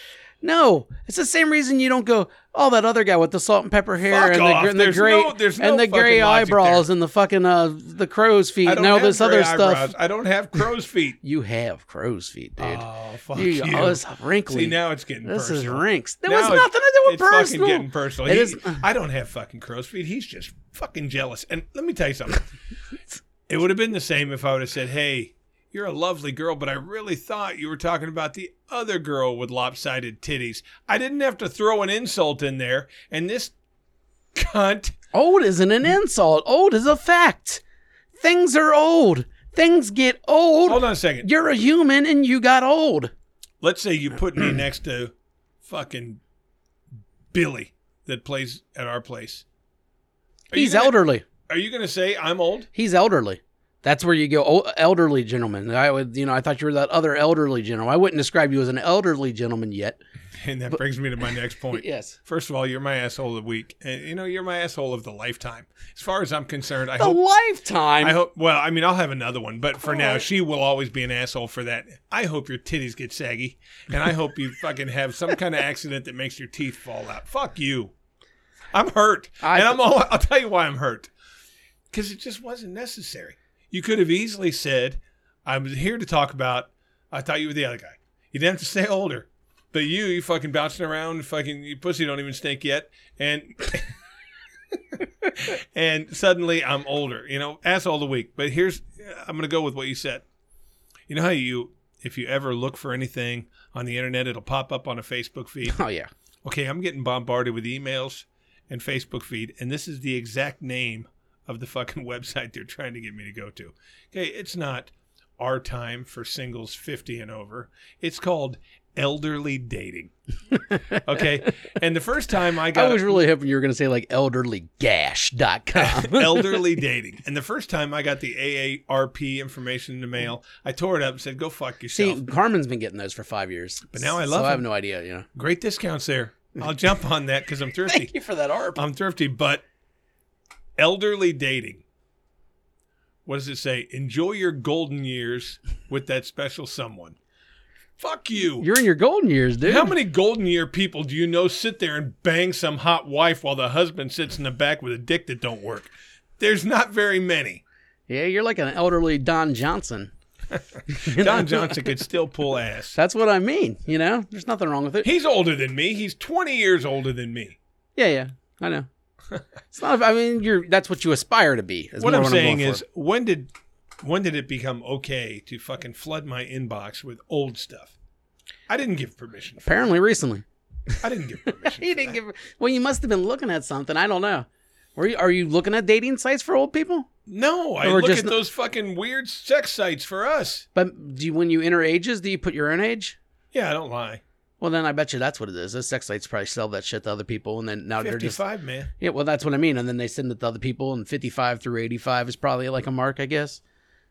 Speaker 2: No, it's the same reason you don't go. Oh, that other guy with the salt and pepper hair
Speaker 1: Fuck
Speaker 2: and
Speaker 1: off.
Speaker 2: the, gr- and the
Speaker 1: There's
Speaker 2: gray
Speaker 1: no- there's no
Speaker 2: and the gray
Speaker 1: fucking logic
Speaker 2: eyebrows and the fucking uh the crow's feet
Speaker 1: I
Speaker 2: and
Speaker 1: don't
Speaker 2: all
Speaker 1: have
Speaker 2: this
Speaker 1: gray
Speaker 2: other stuff.
Speaker 1: eyebrows. I don't have crow's feet.
Speaker 2: You have crow's feet, dude.
Speaker 1: Oh fuck
Speaker 2: you,
Speaker 1: you!
Speaker 2: Oh, it's wrinkly.
Speaker 1: See now it's getting
Speaker 2: this
Speaker 1: personal.
Speaker 2: is rinks. There
Speaker 1: Now
Speaker 2: was
Speaker 1: it's-
Speaker 2: nothing to do with
Speaker 1: it's
Speaker 2: personal.
Speaker 1: fucking getting personal.
Speaker 2: It
Speaker 1: He-
Speaker 2: is-
Speaker 1: I don't have fucking crow's feet. He's just fucking jealous. And let me tell you something. it would have been the same if I would have said, "Hey, you're a lovely girl, but I really thought you were talking about the other girl with lopsided titties." I didn't have to throw an insult in there. And this cunt.
Speaker 2: Old isn't an insult. Old is a fact. Things are old. Things get old.
Speaker 1: Hold on a second.
Speaker 2: You're a human and you got old.
Speaker 1: Let's say you put me next to fucking Billy that plays at our place. Are you
Speaker 2: He's
Speaker 1: gonna-
Speaker 2: elderly.
Speaker 1: Are you going to say I'm old?
Speaker 2: He's elderly. That's where you go, oh, elderly gentleman. I would, you know, I thought you were that other elderly gentleman. I wouldn't describe you as an elderly gentleman yet.
Speaker 1: And that brings me to my next point.
Speaker 2: Yes.
Speaker 1: First of all, you're my asshole of the week, and you know you're my asshole of the lifetime. As far as I'm concerned, I
Speaker 2: The
Speaker 1: hope. I
Speaker 2: lifetime.
Speaker 1: hope. Well, I mean, I'll have another one, but for now, she will always be an asshole for that. I hope your titties get saggy, and I hope you fucking have some kind of accident that makes your teeth fall out. Fuck you. I'm hurt,
Speaker 2: I-
Speaker 1: and I'm. All, I'll tell you why I'm hurt. Because it just wasn't necessary. You could have easily said, "I'm here to talk about." I thought you were the other guy. You didn't have to stay older. But you, you fucking bouncing around, fucking you pussy don't even stink yet, and and suddenly I'm older. You know, asshole of the week. But here's, I'm gonna go with what you said. You know how you, if you ever look for anything on the internet, it'll pop up on a Facebook feed.
Speaker 2: Oh, yeah.
Speaker 1: Okay, I'm getting bombarded with emails and Facebook feed, and this is the exact name of the fucking website they're trying to get me to go to. Okay, it's not our time for singles 50 and over. It's called elderly dating. Okay. and the first time I
Speaker 2: I
Speaker 1: got
Speaker 2: was really hoping you were going to say like elderlygash.com.
Speaker 1: elderly dating. And the first time I got the AARP information in the mail, I tore it up and said, go fuck yourself.
Speaker 2: See, Carmen's been getting those for five years.
Speaker 1: But now I
Speaker 2: So
Speaker 1: love
Speaker 2: I have
Speaker 1: them.
Speaker 2: no idea, you know.
Speaker 1: Great discounts there. I'll jump on that because I'm thrifty.
Speaker 2: Thank you for that ARP.
Speaker 1: I'm thrifty, but elderly dating. What does it say? Enjoy your golden years with that special someone. Fuck you.
Speaker 2: You're in your golden years, dude.
Speaker 1: How many golden year people do you know sit there and bang some hot wife while the husband sits in the back with a dick that don't work? There's not very many.
Speaker 2: Yeah, you're like an elderly Don Johnson.
Speaker 1: Don Johnson could still pull ass.
Speaker 2: That's what I mean, you know? There's nothing wrong with it.
Speaker 1: He's older than me. He's 20 years older than me.
Speaker 2: Yeah, yeah. I know. It's not I mean you're that's what you aspire to be. is
Speaker 1: what
Speaker 2: more
Speaker 1: I'm
Speaker 2: going
Speaker 1: saying
Speaker 2: for.
Speaker 1: is, when did when did it become okay to fucking flood my inbox with old stuff? I didn't give permission. For,
Speaker 2: apparently recently.
Speaker 1: I didn't give permission.
Speaker 2: You
Speaker 1: for
Speaker 2: didn't
Speaker 1: that.
Speaker 2: give well, you must have been looking at something. I don't know. Were you, are you looking at dating sites for old people?
Speaker 1: No, I
Speaker 2: Or
Speaker 1: look
Speaker 2: just
Speaker 1: at
Speaker 2: n-
Speaker 1: those fucking weird sex sites for us.
Speaker 2: But do you, when you enter ages, do you put your own age?
Speaker 1: Yeah, I don't lie.
Speaker 2: Well, then I bet you that's what it is. Those sex sites probably sell that shit to other people, and then now they're just
Speaker 1: 55, man.
Speaker 2: yeah. Well, that's what I mean. And then they send it to other people, and fifty-five through eighty-five is probably like a mark, I guess.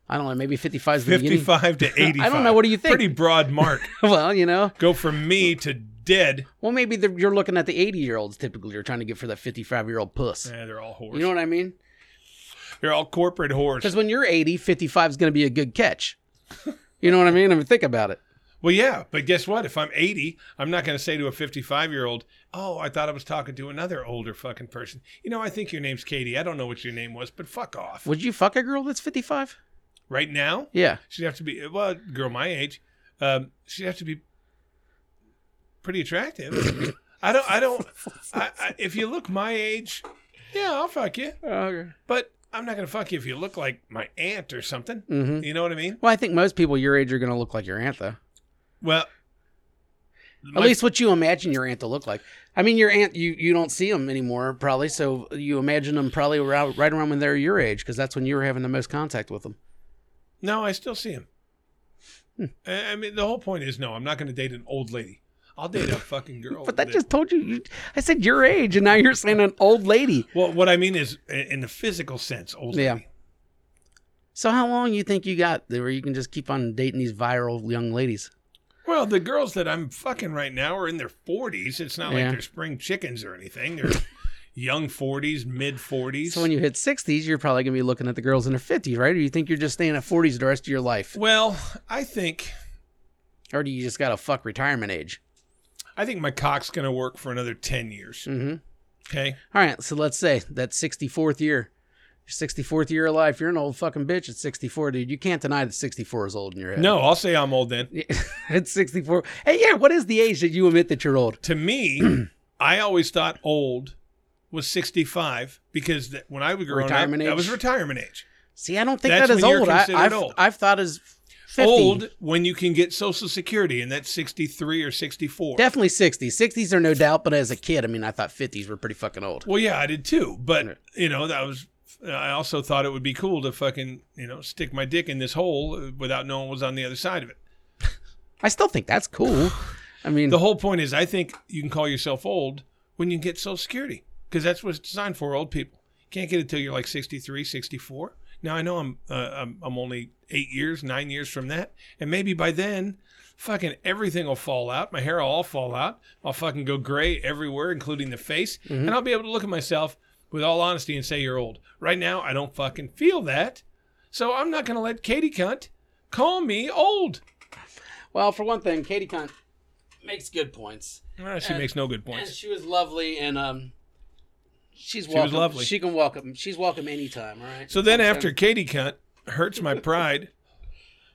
Speaker 2: I don't know. Maybe fifty-five is the beginning.
Speaker 1: 55 to 85.
Speaker 2: I don't know. What do you think?
Speaker 1: Pretty broad mark.
Speaker 2: well, you know.
Speaker 1: Go from me to dead.
Speaker 2: Well, maybe the, you're looking at the eighty-year-olds typically. You're trying to get for that fifty-five-year-old puss.
Speaker 1: Yeah, they're all whores.
Speaker 2: You know what I mean?
Speaker 1: they're all corporate whores.
Speaker 2: Because when you're 80, 55 is going to be a good catch. You know what I mean? I mean, think about it.
Speaker 1: Well, yeah, but guess what? If I'm 80, I'm not going to say to a 55 year old, "Oh, I thought I was talking to another older fucking person." You know, I think your name's Katie. I don't know what your name was, but fuck off.
Speaker 2: Would you fuck a girl that's 55?
Speaker 1: Right now,
Speaker 2: Yeah.
Speaker 1: she'd have to be well, a girl my age. Um, she'd have to be pretty attractive. I don't. I don't. I, I, if you look my age, yeah, I'll fuck you.
Speaker 2: Okay.
Speaker 1: But I'm not going to fuck you if you look like my aunt or something.
Speaker 2: hmm
Speaker 1: You know what I mean?
Speaker 2: Well, I think most people your age are going to look like your aunt, though.
Speaker 1: Well,
Speaker 2: At least what you imagine your aunt to look like. I mean, your aunt, you, you don't see them anymore, probably. So you imagine them probably around, right around when they're your age, because that's when you were having the most contact with them.
Speaker 1: No, I still see him.
Speaker 2: Hmm.
Speaker 1: I I mean, the whole point is no, I'm not going to date an old lady. I'll date a fucking girl.
Speaker 2: But that just told you, you, I said your age, and now you're saying an old lady.
Speaker 1: Well, what I mean is i- in the physical sense, old
Speaker 2: Yeah.
Speaker 1: lady.
Speaker 2: So how long you think you got where you can just keep on dating these viral young ladies?
Speaker 1: Well, the girls that I'm fucking right now are in their 40s. It's not
Speaker 2: Yeah.
Speaker 1: like they're spring chickens or anything. They're young 40s, mid 40s.
Speaker 2: So when you hit 60s, you're probably going to be looking at the girls in their 50s, right? Or you think you're just staying at 40s the rest of your life?
Speaker 1: well, I think
Speaker 2: Or do you just got to fuck retirement age?
Speaker 1: I think my cock's going to work for another 10 years.
Speaker 2: Mm-hmm.
Speaker 1: Okay.
Speaker 2: All right, so let's say that 64th year, your 64th year of life, you're an old fucking bitch at 64, dude. You can't deny that 64 is old in your head.
Speaker 1: No, I'll say I'm old then.
Speaker 2: at 64. Hey, yeah, what is the age that you admit that you're old?
Speaker 1: to me, I always thought old was 65 because that, when I was growing
Speaker 2: Retirement
Speaker 1: up, that
Speaker 2: age?
Speaker 1: was retirement age.
Speaker 2: See, I don't think
Speaker 1: That's
Speaker 2: that is
Speaker 1: when you're
Speaker 2: old. I,
Speaker 1: considered
Speaker 2: I've,
Speaker 1: old.
Speaker 2: I've thought as 50.
Speaker 1: Old when you can get Social Security, and that's 63 or 64.
Speaker 2: Definitely 60s. 60s are no doubt, but as a kid, I mean, I thought 50s were pretty fucking old.
Speaker 1: well, yeah, I did too, but
Speaker 2: Yeah.
Speaker 1: you know that was. I also thought it would be cool to fucking you know stick my dick in this hole uh, without knowing what was on the other side of it.
Speaker 2: I still think that's cool. I mean,
Speaker 1: The whole point is, I think you can call yourself old when you get Social Security because that's what it's designed for old people. Can't get it till you're like 63, 64. Now I know I'm uh, I'm, I'm only eight years, nine years from that, and maybe by then, fucking everything will fall out. My hair will all fall out. I'll fucking go gray everywhere, including the face, and I'll be able to look at myself with all honesty and say you're old. Right now, I don't fucking feel that, so I'm not gonna let Katie cunt call me old.
Speaker 2: Well, for one thing, Katie Cunt makes good points.
Speaker 1: Ah, she
Speaker 2: And-
Speaker 1: makes no good
Speaker 2: And
Speaker 1: points.
Speaker 2: she was lovely, and um, she's
Speaker 1: was
Speaker 2: welcome.
Speaker 1: lovely.
Speaker 2: She can welcome. She's welcome anytime. All right.
Speaker 1: So then, after Katie cunt hurts my pride,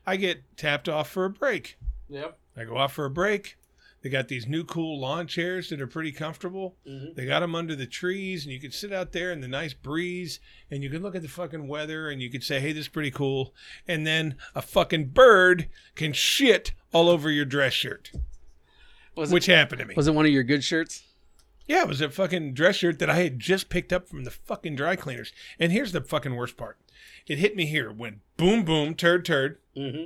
Speaker 1: I get tapped off for a break.
Speaker 2: Yep.
Speaker 1: I go off for a break. They got these new cool lawn chairs that are pretty comfortable. They got them under the trees, and you can sit out there in the nice breeze, and you can look at the fucking weather, and you can say, "Hey, this is pretty cool." And then a fucking bird can shit all over your dress shirt,
Speaker 2: Was
Speaker 1: which happened to me.
Speaker 2: it, was it one of your good shirts?
Speaker 1: Yeah, it was a fucking dress shirt that I had just picked up from the fucking dry cleaners. And here's the fucking worst part. It hit me here, went boom, boom, turd, turd,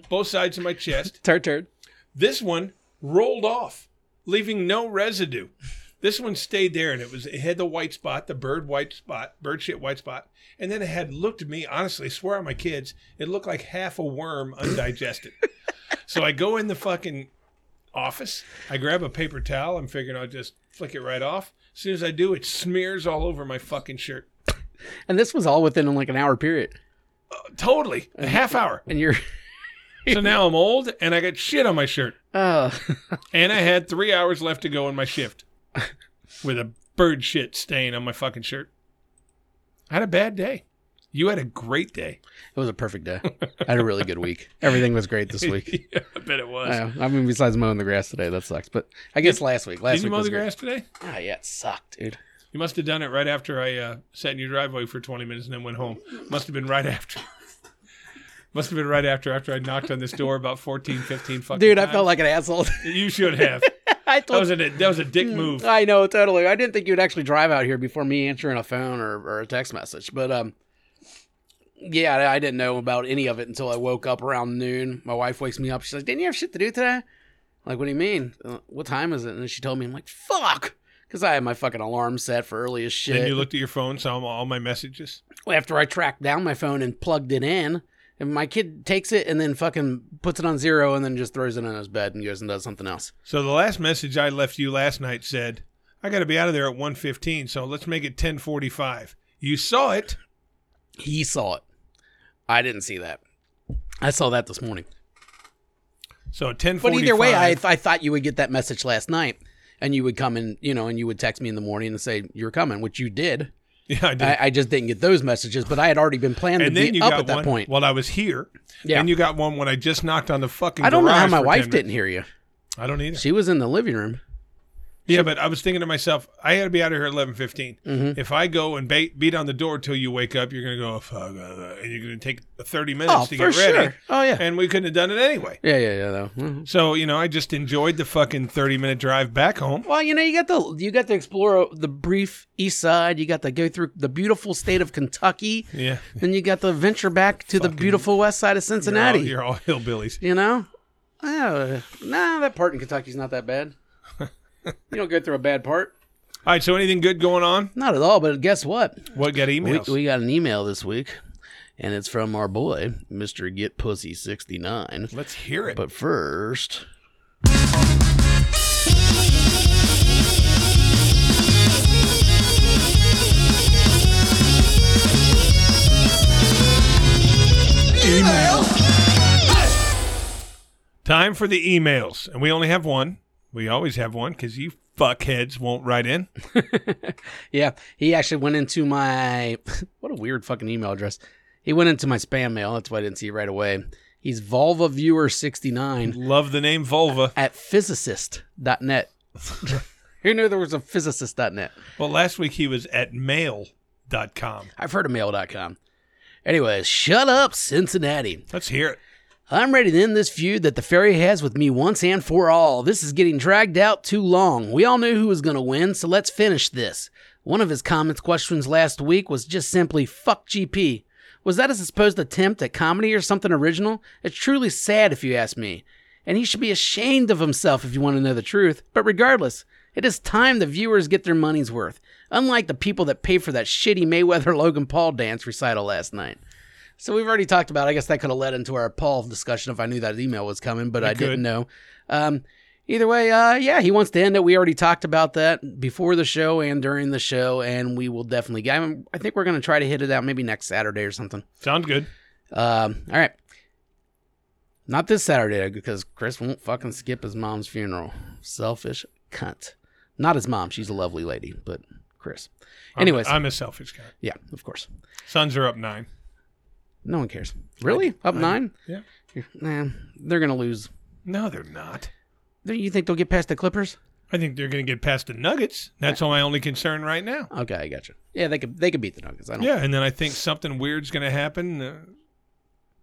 Speaker 1: both sides of my chest.
Speaker 2: Turd turd.
Speaker 1: This one rolled off, leaving no residue. This one stayed there, and it was it had the white spot, the bird white spot, bird shit white spot, and then it had looked at me. Honestly, swear on my kids, it looked like half a worm undigested. so I go in the fucking office. I grab a paper towel. I'm figuring I'll just flick it right off. As soon as I do, it smears all over my fucking shirt.
Speaker 2: And this was all within like an hour period.
Speaker 1: Totally, a half hour.
Speaker 2: And you're,
Speaker 1: So now I'm old, and I got shit on my shirt.
Speaker 2: oh,
Speaker 1: And I had three hours left to go in my shift with a bird shit stain on my fucking shirt. I had a bad day. You had a great day.
Speaker 2: it was a perfect day. I had a really good week. Everything was great this week.
Speaker 1: yeah, I bet it was.
Speaker 2: I, know. I mean, besides mowing the grass today, that sucks. But I guess last week, last
Speaker 1: Did you
Speaker 2: week
Speaker 1: mow
Speaker 2: was
Speaker 1: the
Speaker 2: great.
Speaker 1: grass today?
Speaker 2: Ah, yeah, it sucked, dude.
Speaker 1: You must have done it right after I uh, sat in your driveway for 20 minutes and then went home. Must have been right after. must have been right after after I knocked on this door about 14, 15 fucking
Speaker 2: Dude, I
Speaker 1: times.
Speaker 2: felt like an asshole.
Speaker 1: you should have.
Speaker 2: I
Speaker 1: That
Speaker 2: told
Speaker 1: was a that was a dick move.
Speaker 2: I know, totally. I didn't think you'd actually drive out here before me answering a phone or, or a text message. But um, yeah, I- I didn't know about any of it until I woke up around noon. My wife wakes me up. She's like, "Didn't you have shit to do today?" I'm like, what do you mean? Uh, What time is it? And then she told me. I'm like, "Fuck," because I had my fucking alarm set for early as shit.
Speaker 1: Then you looked at your phone, saw all my messages.
Speaker 2: After I tracked down my phone and plugged it in. And my kid takes it and then fucking puts it on zero and then just throws it on his bed and goes and does something else.
Speaker 1: So the last message I left you last night said, "I got to be out of there at 1:15, so let's make it 10:45." You saw it.
Speaker 2: He saw it. I didn't see that. I saw that this morning.
Speaker 1: So at 10:45.
Speaker 2: But either way, I, I thought you would get that message last night, and you would come and you know, and you would text me in the morning and say you're coming, which you did.
Speaker 1: yeah, I did.
Speaker 2: I, I just didn't get those messages, but I had already been planning
Speaker 1: and
Speaker 2: to
Speaker 1: then
Speaker 2: be
Speaker 1: you
Speaker 2: up
Speaker 1: got
Speaker 2: at that
Speaker 1: one
Speaker 2: point.
Speaker 1: while I was here.
Speaker 2: Yeah.
Speaker 1: And you got one when I just knocked on the fucking.
Speaker 2: I don't know how
Speaker 1: garage
Speaker 2: my
Speaker 1: for 10
Speaker 2: wife
Speaker 1: minutes.
Speaker 2: didn't hear you.
Speaker 1: I don't either.
Speaker 2: She was in the living room.
Speaker 1: Yeah, but I was thinking to myself, I had to be out of here at eleven
Speaker 2: Mm-hmm.
Speaker 1: If I go and bait, beat on the door till you wake up, you're gonna go, "Oh, fuck, uh, and you're gonna take thirty minutes
Speaker 2: Oh,
Speaker 1: to
Speaker 2: for
Speaker 1: get ready,
Speaker 2: sure. Oh yeah.
Speaker 1: and we couldn't have done it anyway.
Speaker 2: Yeah, yeah, yeah. Though. Mhm.
Speaker 1: So you know, I just enjoyed the fucking thirty minute drive back home.
Speaker 2: Well, you know, you got the you got to explore the brief East Side. You got to go through the beautiful state of Kentucky.
Speaker 1: Yeah,
Speaker 2: Then you got to venture back to the beautiful West Side of Cincinnati.
Speaker 1: You're all, you're all hillbillies.
Speaker 2: You know? Oh, nah, that part in Kentucky's not that bad. you don't go through a bad part.
Speaker 1: All right. So anything good going on?
Speaker 2: Not at all, but guess what?
Speaker 1: What got
Speaker 2: We,
Speaker 1: emails?
Speaker 2: we got an email this week, and it's from our boy, Mr. Get Pussy 69.
Speaker 1: Let's hear it.
Speaker 2: But first.
Speaker 1: Time for the emails, and we only have one. We always have one because you fuckheads won't write in.
Speaker 2: Yeah, he actually went into my. what a weird fucking email address. He went into my spam mail. That's why I didn't see it right away. He's Volva Viewer 69
Speaker 1: Love the name Vulva.
Speaker 2: at physicist.net. Who knew there was a physicist.net?
Speaker 1: Well, last week he was at mail.com.
Speaker 2: I've heard of mail.com. Anyways, shut up, Cincinnati.
Speaker 1: Let's hear it.
Speaker 2: I'm ready to end this feud that the fairy has with me once and for all. This is getting dragged out too long. We all knew who was going to win, so let's finish this. One of his comments questions last week was just simply fuck GP. Was that a supposed attempt at comedy or something original? It's truly sad if you ask me. And he should be ashamed of himself if you want to know the truth. But regardless, it is time the viewers get their money's worth. Unlike the people that paid for that shitty Mayweather Logan Paul dance recital last night. So we've already talked about. I guess that could have led into our Paul discussion if I knew that email was coming, but I
Speaker 1: could.
Speaker 2: didn't know. Um, either way, uh, yeah, he wants to end it. We already talked about that before the show and during the show, and we will definitely. get- I, mean, I think we're going to try to hit it out maybe next Saturday or something.
Speaker 1: Sounds good.
Speaker 2: Um, all right. Not this Saturday because Chris won't fucking skip his mom's funeral. Selfish cunt. Not his mom. She's a lovely lady, but Chris.
Speaker 1: I'm-
Speaker 2: Anyways,
Speaker 1: I'm a selfish guy.
Speaker 2: yeah, of course.
Speaker 1: Suns are up nine.
Speaker 2: No one cares. Really? Up nine?
Speaker 1: yeah.
Speaker 2: Nah, they're gonna lose.
Speaker 1: No, they're not.
Speaker 2: Don't you think they'll get past the Clippers?
Speaker 1: I think they're going to get past the Nuggets. That's all my only concern right now.
Speaker 2: Okay, I got you. Yeah, they could. They could beat the Nuggets. I don't.
Speaker 1: Yeah, and then I think something weird's going to happen. Uh,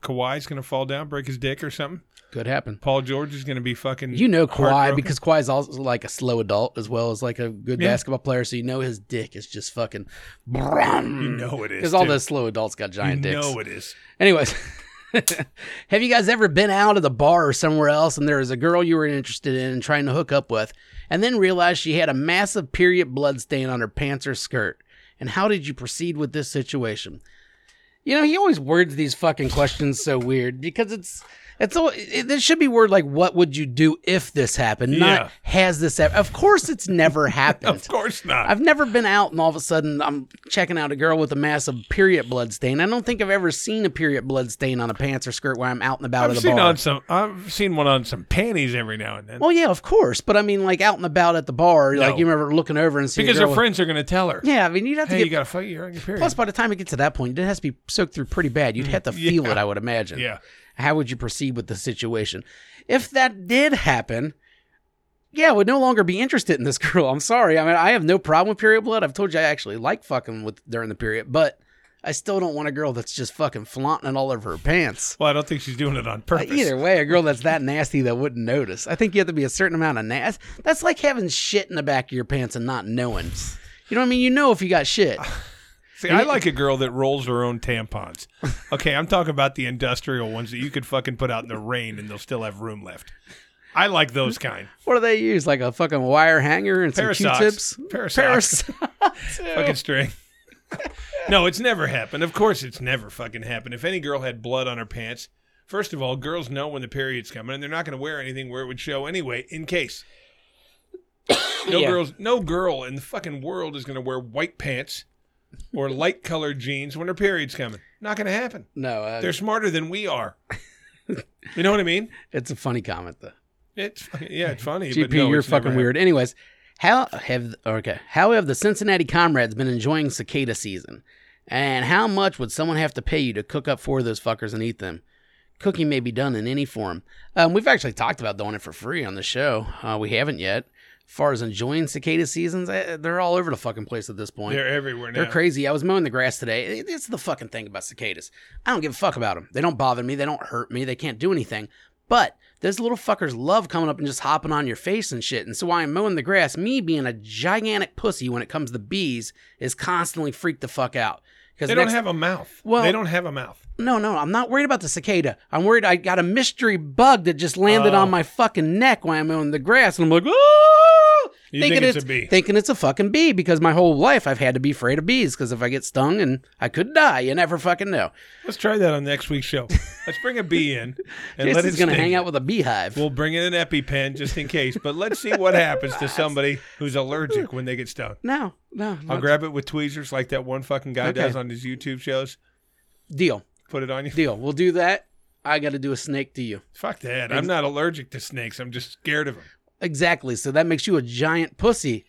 Speaker 1: Kawhi's going to fall down, break his dick or something.
Speaker 2: Could happen.
Speaker 1: Paul George is going to be fucking.
Speaker 2: You know Kawhi
Speaker 1: heartbroken.
Speaker 2: because Kawhi's also like a slow adult as well as like a good
Speaker 1: Yeah.
Speaker 2: basketball player. So you know his dick is just fucking. Because
Speaker 1: you know it is.
Speaker 2: all
Speaker 1: too.
Speaker 2: those slow adults got
Speaker 1: you
Speaker 2: giant dicks.
Speaker 1: know it is.
Speaker 2: Anyways, Have you guys ever been out at the bar or somewhere else and there was a girl you were interested in and trying to hook up with, and then realized she had a massive period blood stain on her pants or skirt? And how did you proceed with this situation? You know, he always words these fucking questions so weird because it's it's all it, it should be worded like what would you do if this happened, not
Speaker 1: Yeah.
Speaker 2: has this happened. Of course, it's never happened.
Speaker 1: Of course not.
Speaker 2: I've never been out and all of a sudden I'm checking out a girl with a massive period blood stain. I don't think I've ever seen a period blood stain on a pants or skirt where I'm out and about
Speaker 1: I've
Speaker 2: at a
Speaker 1: seen
Speaker 2: bar.
Speaker 1: on some. I've seen one on some panties every now and then.
Speaker 2: well, yeah, of course, but I mean, like out and about at the bar, like
Speaker 1: No.
Speaker 2: you remember looking over and seeing a
Speaker 1: because
Speaker 2: girl
Speaker 1: her
Speaker 2: with-
Speaker 1: friends are going to tell her,
Speaker 2: yeah, I mean, you'd have to
Speaker 1: "Hey,
Speaker 2: get.
Speaker 1: you got to fight your own period."
Speaker 2: plus, by the time it gets to that point, it has to be soaked through pretty bad.
Speaker 1: Mm,
Speaker 2: You'd have to feel it, I would imagine.
Speaker 1: yeah,
Speaker 2: How would you proceed with the situation? If that did happen, yeah, I would no longer be interested in this girl. I'm sorry. I mean, I have no problem with period blood. I've told you I actually like fucking with during the period, but I still don't want a girl that's just fucking flaunting it all over her pants.
Speaker 1: Well, I don't think she's doing it on purpose.
Speaker 2: uh, Either way, a girl that's that nasty that wouldn't notice. I think you have to be a certain amount of nasty. That's like having shit in the back of your pants and not knowing. You know what I mean? You know if you got shit.
Speaker 1: See, I like a girl that rolls her own tampons. Okay, I'm talking about the industrial ones that you could fucking put out in the rain and they'll still have room left. I like those kind.
Speaker 2: What do they use? Like a fucking wire hanger and some
Speaker 1: Pair of socks.
Speaker 2: Q-tips?
Speaker 1: Pair of
Speaker 2: Paras-
Speaker 1: Fucking string. no, it's never happened. Of course, it's never fucking happened. If any girl had blood on her pants, first of all, girls know when the period's coming, and they're not going to wear anything where it would show anyway, in case. No
Speaker 2: Yeah.
Speaker 1: girls, no girl in the fucking world is going to wear white pants or light colored jeans when her period's coming. Not going to happen.
Speaker 2: No, uh,
Speaker 1: They're smarter than we are. you know what I mean?
Speaker 2: it's a funny comment though.
Speaker 1: It's fucking- yeah, it's funny.
Speaker 2: GP,
Speaker 1: but no,
Speaker 2: you're
Speaker 1: it's never
Speaker 2: fucking weird. Anyways, how have okay? How have the Cincinnati comrades been enjoying cicada season? And how much would someone have to pay you to cook up four of those fuckers and eat them? Cooking may be done in any form. Um, we've actually talked about doing it for free on the show. Uh, we haven't yet. As far as enjoying cicada seasons, eh, they're all over the fucking place at this point.
Speaker 1: happened. They're everywhere now.
Speaker 2: They're crazy. I was mowing the grass today. It- It's the fucking thing about cicadas. I don't give a fuck about them. They don't bother me. They don't hurt me. They can't do anything. But those little fuckers love coming up and just hopping on your face and shit. And so while I'm mowing the grass, me being a gigantic pussy when it comes to bees is constantly freaked the fuck out. Because
Speaker 1: They don't have a mouth.
Speaker 2: Well-
Speaker 1: they don't have a mouth.
Speaker 2: no, no, I'm not worried about the cicada. I'm worried I got a mystery bug that just landed
Speaker 1: Oh.
Speaker 2: on my fucking neck while I'm mowing the grass, and I'm like, oh,
Speaker 1: You think it's a bee.
Speaker 2: thinking it's a fucking bee because my whole life I've had to be afraid of bees because if I get stung and I could die, you never fucking know.
Speaker 1: Let's try that on next week's show. Let's bring a bee in and let
Speaker 2: Jason's
Speaker 1: it
Speaker 2: gonna
Speaker 1: sting.
Speaker 2: hang out with a beehive.
Speaker 1: We'll bring in an EpiPen just in case, but let's see what happens to somebody who's allergic when they get stung.
Speaker 2: no, no,
Speaker 1: I'll
Speaker 2: no.
Speaker 1: grab it with tweezers like that one fucking guy
Speaker 2: Okay.
Speaker 1: does on his YouTube shows.
Speaker 2: deal,
Speaker 1: Put it on you.
Speaker 2: deal. We'll do that. I got to do a snake to you.
Speaker 1: Fuck that. I'm not allergic to snakes. I'm just scared of them.
Speaker 2: Exactly. So that makes you a giant pussy,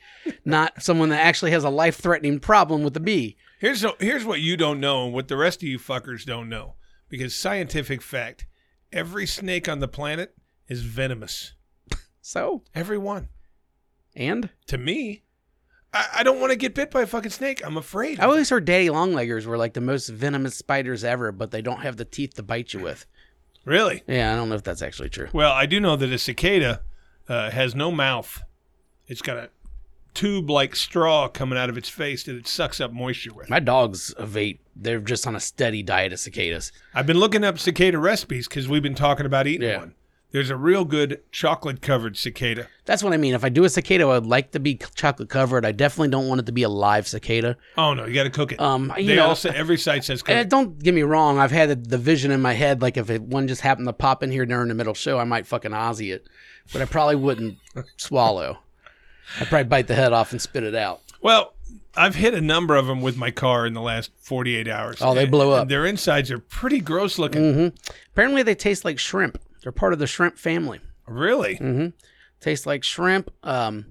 Speaker 2: not someone that actually has a life-threatening problem with the bee.
Speaker 1: Here's so, here's what you don't know and what the rest of you fuckers don't know. Because scientific fact, every snake on the planet is venomous.
Speaker 2: So
Speaker 1: Every one.
Speaker 2: and.
Speaker 1: To me, I, I don't want to get bit by a fucking snake. I'm afraid.
Speaker 2: I always heard daddy longleggers were like the most venomous spiders ever, but they don't have the teeth to bite you with.
Speaker 1: really?
Speaker 2: Yeah, I don't know if that's actually true.
Speaker 1: Well, I do know that a cicada uh, has no mouth. It's got a tube like straw coming out of its face that it sucks up moisture with.
Speaker 2: My dogs evade. They're just on a steady diet of cicadas.
Speaker 1: I've been looking up cicada recipes because we've been talking about eating
Speaker 2: Yeah.
Speaker 1: one. There's a real good chocolate covered cicada.
Speaker 2: That's what I mean. If I do a cicada, I would like to be chocolate covered. I definitely don't want it to be a live cicada.
Speaker 1: Oh no, you got to cook it.
Speaker 2: Um, you
Speaker 1: they
Speaker 2: know,
Speaker 1: all say every site says cook
Speaker 2: And
Speaker 1: it.
Speaker 2: don't get me wrong. I've had the, the vision in my head, like if it, one just happened to pop in here during the middle show, I might fucking Aussie it, but I probably wouldn't swallow. I'd probably bite the head off and spit it out.
Speaker 1: Well, I've hit a number of them with my car in the last 48 hours.
Speaker 2: Oh, they blow up. Mm-hmm.
Speaker 1: And their insides are pretty gross looking.
Speaker 2: Apparently, they taste like shrimp. They're part of the shrimp family.
Speaker 1: Really?
Speaker 2: Mm-hmm. taste like shrimp um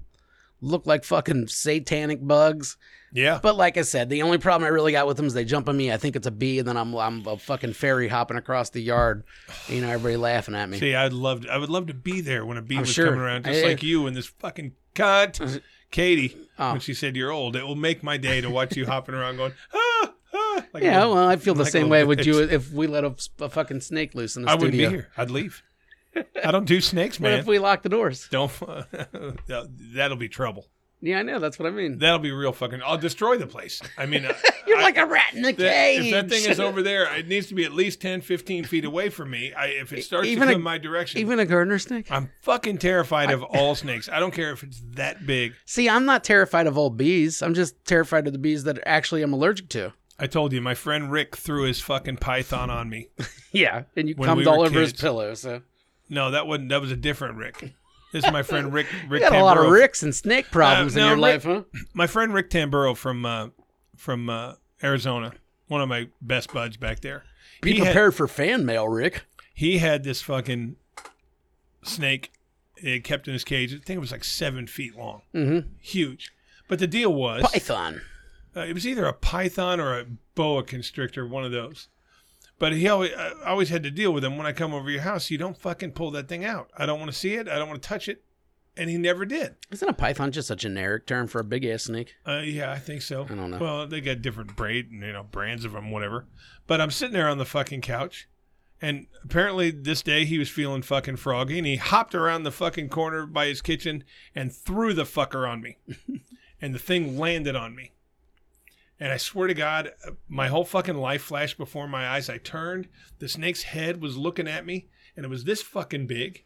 Speaker 2: look like fucking satanic bugs
Speaker 1: Yeah.
Speaker 2: but like i said the only problem i really got with them is they jump on me i think it's a bee and then i'm i'm a fucking fairy hopping across the yard you know everybody laughing at me
Speaker 1: See, I'd love to, I would love to be there when a bee was
Speaker 2: sure.
Speaker 1: coming around, just
Speaker 2: I-
Speaker 1: like you and this fucking cunt, Katie,
Speaker 2: Oh.
Speaker 1: when she said you're old. It will make my day to watch you hopping around going, ah, ah. Like a
Speaker 2: yeah
Speaker 1: little-
Speaker 2: well i feel the
Speaker 1: like a
Speaker 2: same
Speaker 1: little
Speaker 2: way with
Speaker 1: bitch.
Speaker 2: you if we let a, a fucking snake loose in the
Speaker 1: I
Speaker 2: studio
Speaker 1: wouldn't be here. I'd leave. I don't do snakes,
Speaker 2: what
Speaker 1: man.
Speaker 2: if we lock the doors
Speaker 1: Don't. that'll be trouble.
Speaker 2: Yeah, I know. That's what I mean.
Speaker 1: That'll be real fucking. I'll destroy the place. I mean, I-
Speaker 2: You're
Speaker 1: I-
Speaker 2: like a rat in a
Speaker 1: that-
Speaker 2: cage.
Speaker 1: if that thing is over there, it needs to be at least 10, 15 feet away from me. I, if it starts
Speaker 2: Even
Speaker 1: to
Speaker 2: a-
Speaker 1: come my direction,
Speaker 2: Even a gardener snake?
Speaker 1: I'm fucking terrified of all snakes. I don't care if it's that big.
Speaker 2: See, I'm not terrified of old bees. I'm just terrified of the bees that actually I'm allergic to.
Speaker 1: I told you, my friend Rick threw his fucking python on me.
Speaker 2: Yeah, and you
Speaker 1: When
Speaker 2: cummed
Speaker 1: we were
Speaker 2: all over his
Speaker 1: kids.
Speaker 2: pillow. So
Speaker 1: No, that wasn't. That was a different Rick. This is my friend Rick. Rick
Speaker 2: you got a lot of
Speaker 1: Tamburo.
Speaker 2: ricks and snake problems
Speaker 1: Uh, no,
Speaker 2: in your
Speaker 1: Rick-
Speaker 2: life, huh?
Speaker 1: My friend Rick Tamburo from uh, from uh, Arizona, one of my best buds back there.
Speaker 2: Be
Speaker 1: He had-
Speaker 2: prepared for fan mail, Rick.
Speaker 1: he had this fucking snake it kept in his cage. I think it was like seven feet long,
Speaker 2: Mm-hmm.
Speaker 1: huge. But the deal was,
Speaker 2: Python.
Speaker 1: uh, it was either a python or a boa constrictor, one of those. But he always, I I always had to deal with him when I come over your house. You don't fucking pull that thing out. I don't want to see it. I don't want to touch it. And he never did.
Speaker 2: Isn't a python just a generic term for a big ass snake?
Speaker 1: Uh, yeah, I think so.
Speaker 2: I don't know.
Speaker 1: Well, they got different braid and you know brands of them, whatever. But I'm sitting there on the fucking couch, and apparently this day he was feeling fucking froggy, and he hopped around the fucking corner by his kitchen and threw the fucker on me, and the thing landed on me. And I swear to God, uh, my whole fucking life flashed before my eyes. I turned, the snake's head was looking at me, and it was this fucking big,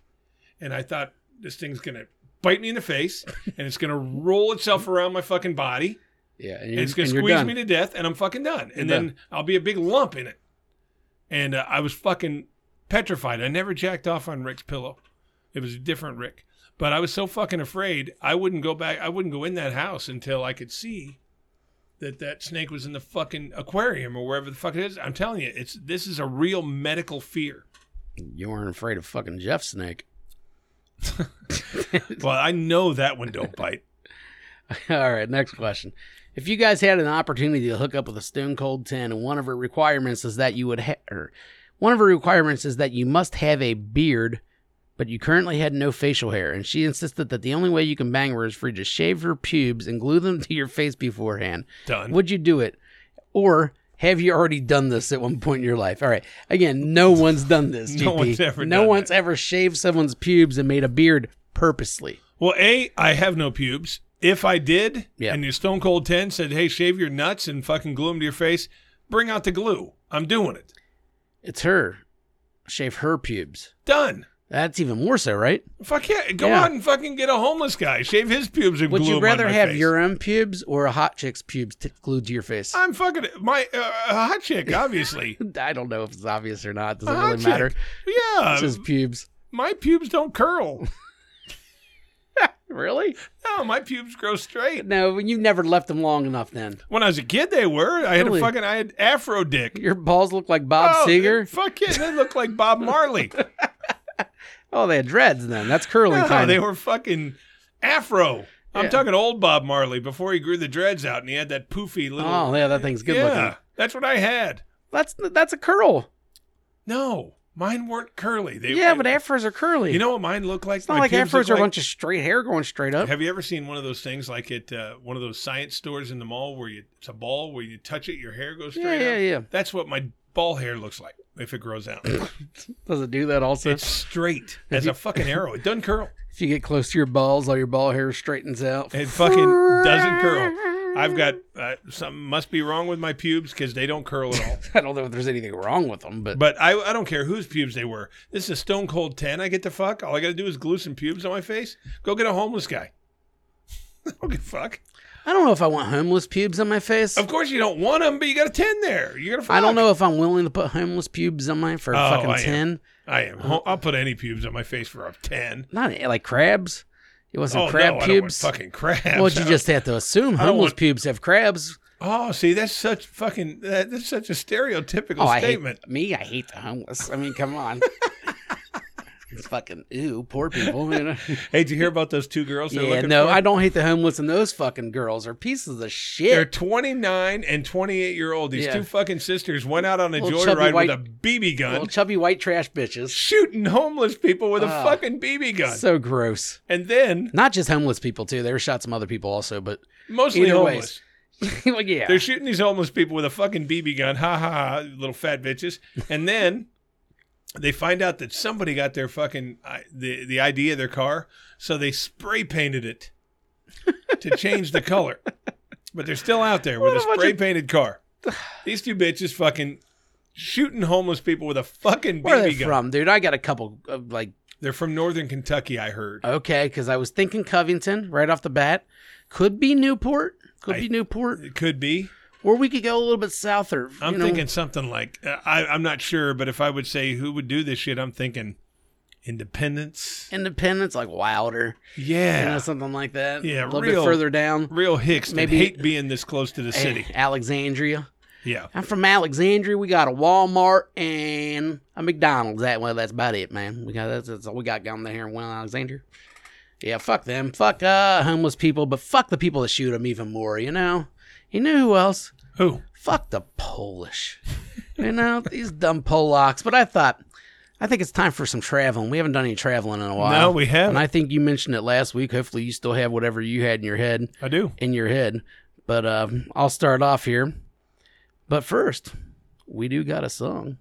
Speaker 1: and I thought this thing's gonna bite me in the face, and it's gonna roll itself around my fucking body
Speaker 2: Yeah, and
Speaker 1: and
Speaker 2: you're,
Speaker 1: it's gonna
Speaker 2: and you're
Speaker 1: squeeze
Speaker 2: done.
Speaker 1: me to death, and I'm fucking done. And
Speaker 2: You're
Speaker 1: then I'll be a big lump in it. And uh, I was fucking petrified. I never jacked off on Rick's pillow. It was a different Rick, but I was so fucking afraid. I wouldn't go back. I wouldn't go in that house until I could see that that snake was in the fucking aquarium or wherever the fuck it is. I'm telling you, it's this is a real medical fear.
Speaker 2: You weren't afraid of fucking Jeff Snake.
Speaker 1: Well, I know that one don't bite.
Speaker 2: All right, next question. If you guys had an opportunity to hook up with a Stone Cold 10 and one of her requirements is that you would ha- or one of her requirements is that you must have a beard, but you currently had no facial hair, and she insisted that the only way you can bang her is for you to shave her pubes and glue them to your face beforehand.
Speaker 1: Done.
Speaker 2: Would you do it? Or have you already done this at one point in your life? All right. Again, no one's done this.
Speaker 1: No
Speaker 2: GP.
Speaker 1: one's ever
Speaker 2: No
Speaker 1: done
Speaker 2: one's ever shaved someone's pubes and made a beard purposely.
Speaker 1: Well, A, I have no pubes. If I did,
Speaker 2: Yeah.
Speaker 1: and your Stone Cold 10 said, hey, shave your nuts and fucking glue them to your face, bring out the glue. I'm doing it.
Speaker 2: It's her. Shave her pubes.
Speaker 1: Done.
Speaker 2: That's even more so, right?
Speaker 1: Fuck yeah. Go
Speaker 2: Yeah.
Speaker 1: out and fucking get a homeless guy. Shave his pubes and
Speaker 2: Would
Speaker 1: glue
Speaker 2: you
Speaker 1: them on
Speaker 2: rather
Speaker 1: my
Speaker 2: have
Speaker 1: face.
Speaker 2: your own pubes or a hot chick's pubes t- glued to your face? I,
Speaker 1: I'm fucking my uh, a hot chick, obviously.
Speaker 2: don't know if it's obvious or not.
Speaker 1: A
Speaker 2: Doesn't
Speaker 1: hot
Speaker 2: really matter.
Speaker 1: chick. Um, Yeah,
Speaker 2: It's just pubes.
Speaker 1: my pubes don't curl.
Speaker 2: Really?
Speaker 1: No, my pubes grow straight.
Speaker 2: No, you never left them long enough. Then
Speaker 1: When I was a kid, they were. I had a
Speaker 2: Really?
Speaker 1: fucking I had afro dick.
Speaker 2: your balls look like Bob
Speaker 1: oh,
Speaker 2: Seger.
Speaker 1: Fuck yeah, they look like Bob Marley.
Speaker 2: Oh, they had dreads then. That's curly
Speaker 1: No,
Speaker 2: kind.
Speaker 1: Oh, they were fucking afro. I'm
Speaker 2: Yeah.
Speaker 1: talking old Bob Marley before he grew the dreads out and he had that poofy little.
Speaker 2: oh yeah, that thing's good
Speaker 1: yeah,
Speaker 2: looking.
Speaker 1: that's what I had.
Speaker 2: That's that's a curl.
Speaker 1: No, mine weren't curly. They,
Speaker 2: yeah, but afros are curly.
Speaker 1: you know what mine looked like?
Speaker 2: it's not
Speaker 1: My
Speaker 2: like
Speaker 1: pubes look
Speaker 2: afros are a
Speaker 1: like-
Speaker 2: bunch of straight hair going straight up.
Speaker 1: Have you ever seen one of those things like at uh, one of those science stores in the mall where you, it's a ball where you touch it, your hair goes
Speaker 2: Yeah,
Speaker 1: straight
Speaker 2: yeah,
Speaker 1: out?
Speaker 2: yeah.
Speaker 1: That's what my ball hair looks like if it grows out.
Speaker 2: Does it do that also?
Speaker 1: it's straight as a fucking arrow. It doesn't curl.
Speaker 2: If you get close to your balls, all your ball hair straightens out.
Speaker 1: It fucking doesn't curl. I've got uh, something must be wrong with my pubes because they don't curl at all.
Speaker 2: I don't know if there's anything wrong with them, but,
Speaker 1: But I, I don't care whose pubes they were. This is a stone cold 10. I get to fuck. All I got to do is glue some pubes on my face. Go get a homeless guy. I don't give a fuck.
Speaker 2: I don't know if I want homeless pubes on my face.
Speaker 1: Of course, you don't want them, but you got a 10 there. You got to fuck.
Speaker 2: I don't know if I'm willing to put homeless pubes on mine for a
Speaker 1: Oh,
Speaker 2: fucking
Speaker 1: I am.
Speaker 2: ten.
Speaker 1: I am. Ho- I'll put any pubes on my face for a 10.
Speaker 2: Not eh, like crabs. You want some
Speaker 1: Oh,
Speaker 2: crab
Speaker 1: no, I don't want
Speaker 2: pubes?
Speaker 1: fucking crabs.
Speaker 2: well, you just have to assume
Speaker 1: don't
Speaker 2: homeless
Speaker 1: want-
Speaker 2: pubes have crabs.
Speaker 1: Oh, see, that's such fucking, that, that's such a stereotypical
Speaker 2: Oh,
Speaker 1: statement.
Speaker 2: I hate me. I hate the homeless. I mean, come on. it's fucking ew, poor people. You know?
Speaker 1: Hey, did you hear about those two girls? they're
Speaker 2: yeah,
Speaker 1: looking
Speaker 2: no,
Speaker 1: for?
Speaker 2: I don't hate the homeless. And those fucking girls are pieces of shit.
Speaker 1: They're 29 and 28 year old. These
Speaker 2: Yeah.
Speaker 1: two fucking sisters went out on a
Speaker 2: Little chubby
Speaker 1: joyride
Speaker 2: white-
Speaker 1: with a BB gun,
Speaker 2: Little chubby white trash bitches.
Speaker 1: shooting homeless people with a
Speaker 2: Ah.
Speaker 1: fucking BB gun.
Speaker 2: So gross.
Speaker 1: and then
Speaker 2: Not just homeless people too. They were shot some other people also, but
Speaker 1: mostly
Speaker 2: Either
Speaker 1: homeless.
Speaker 2: ways. well, yeah.
Speaker 1: They're shooting these homeless people with a fucking BB gun. Ha ha ha, little fat bitches. And then they find out that somebody got their fucking I- the the ID of their car, so they spray painted it. to change the color. But they're still out there with
Speaker 2: What
Speaker 1: a
Speaker 2: a bunch of-
Speaker 1: spray painted car. These two bitches fucking shooting homeless people with a fucking BB
Speaker 2: Where are they
Speaker 1: gun.
Speaker 2: from, dude? I got a couple of like
Speaker 1: They're from northern Kentucky, I heard.
Speaker 2: okay, because I was thinking Covington right off the bat. Could be Newport. Could
Speaker 1: I-
Speaker 2: be Newport.
Speaker 1: it could be.
Speaker 2: Or we could go a little bit south or
Speaker 1: I'm
Speaker 2: you know,
Speaker 1: thinking something like uh, I, I'm not sure, but if I would say who would do this shit, I'm thinking Independence.
Speaker 2: Independence, like Wilder,
Speaker 1: Yeah,
Speaker 2: you know, something like that.
Speaker 1: Yeah,
Speaker 2: a little
Speaker 1: real-
Speaker 2: bit further down.
Speaker 1: real hicks. Maybe
Speaker 2: Maybe-
Speaker 1: hate being this close to the city.
Speaker 2: Eh, Alexandria.
Speaker 1: Yeah,
Speaker 2: I'm from Alexandria. We got a Walmart and a McDonald's. That well, that's about it, man. We got that's, that's all we got down there in Well Alexandria. Yeah, fuck them. Fuck uh homeless people, but fuck the people that shoot them even more. You know. You know who else?
Speaker 1: who?
Speaker 2: Fuck the Polish. you know these dumb Polacks. But I thought, I think it's time for some traveling. We haven't done any traveling in a while.
Speaker 1: No, we haven't.
Speaker 2: And I think you mentioned it last week. Hopefully, you still have whatever you had in your head
Speaker 1: I do.
Speaker 2: in your head. But um, I'll start off here. But first, we do got a song.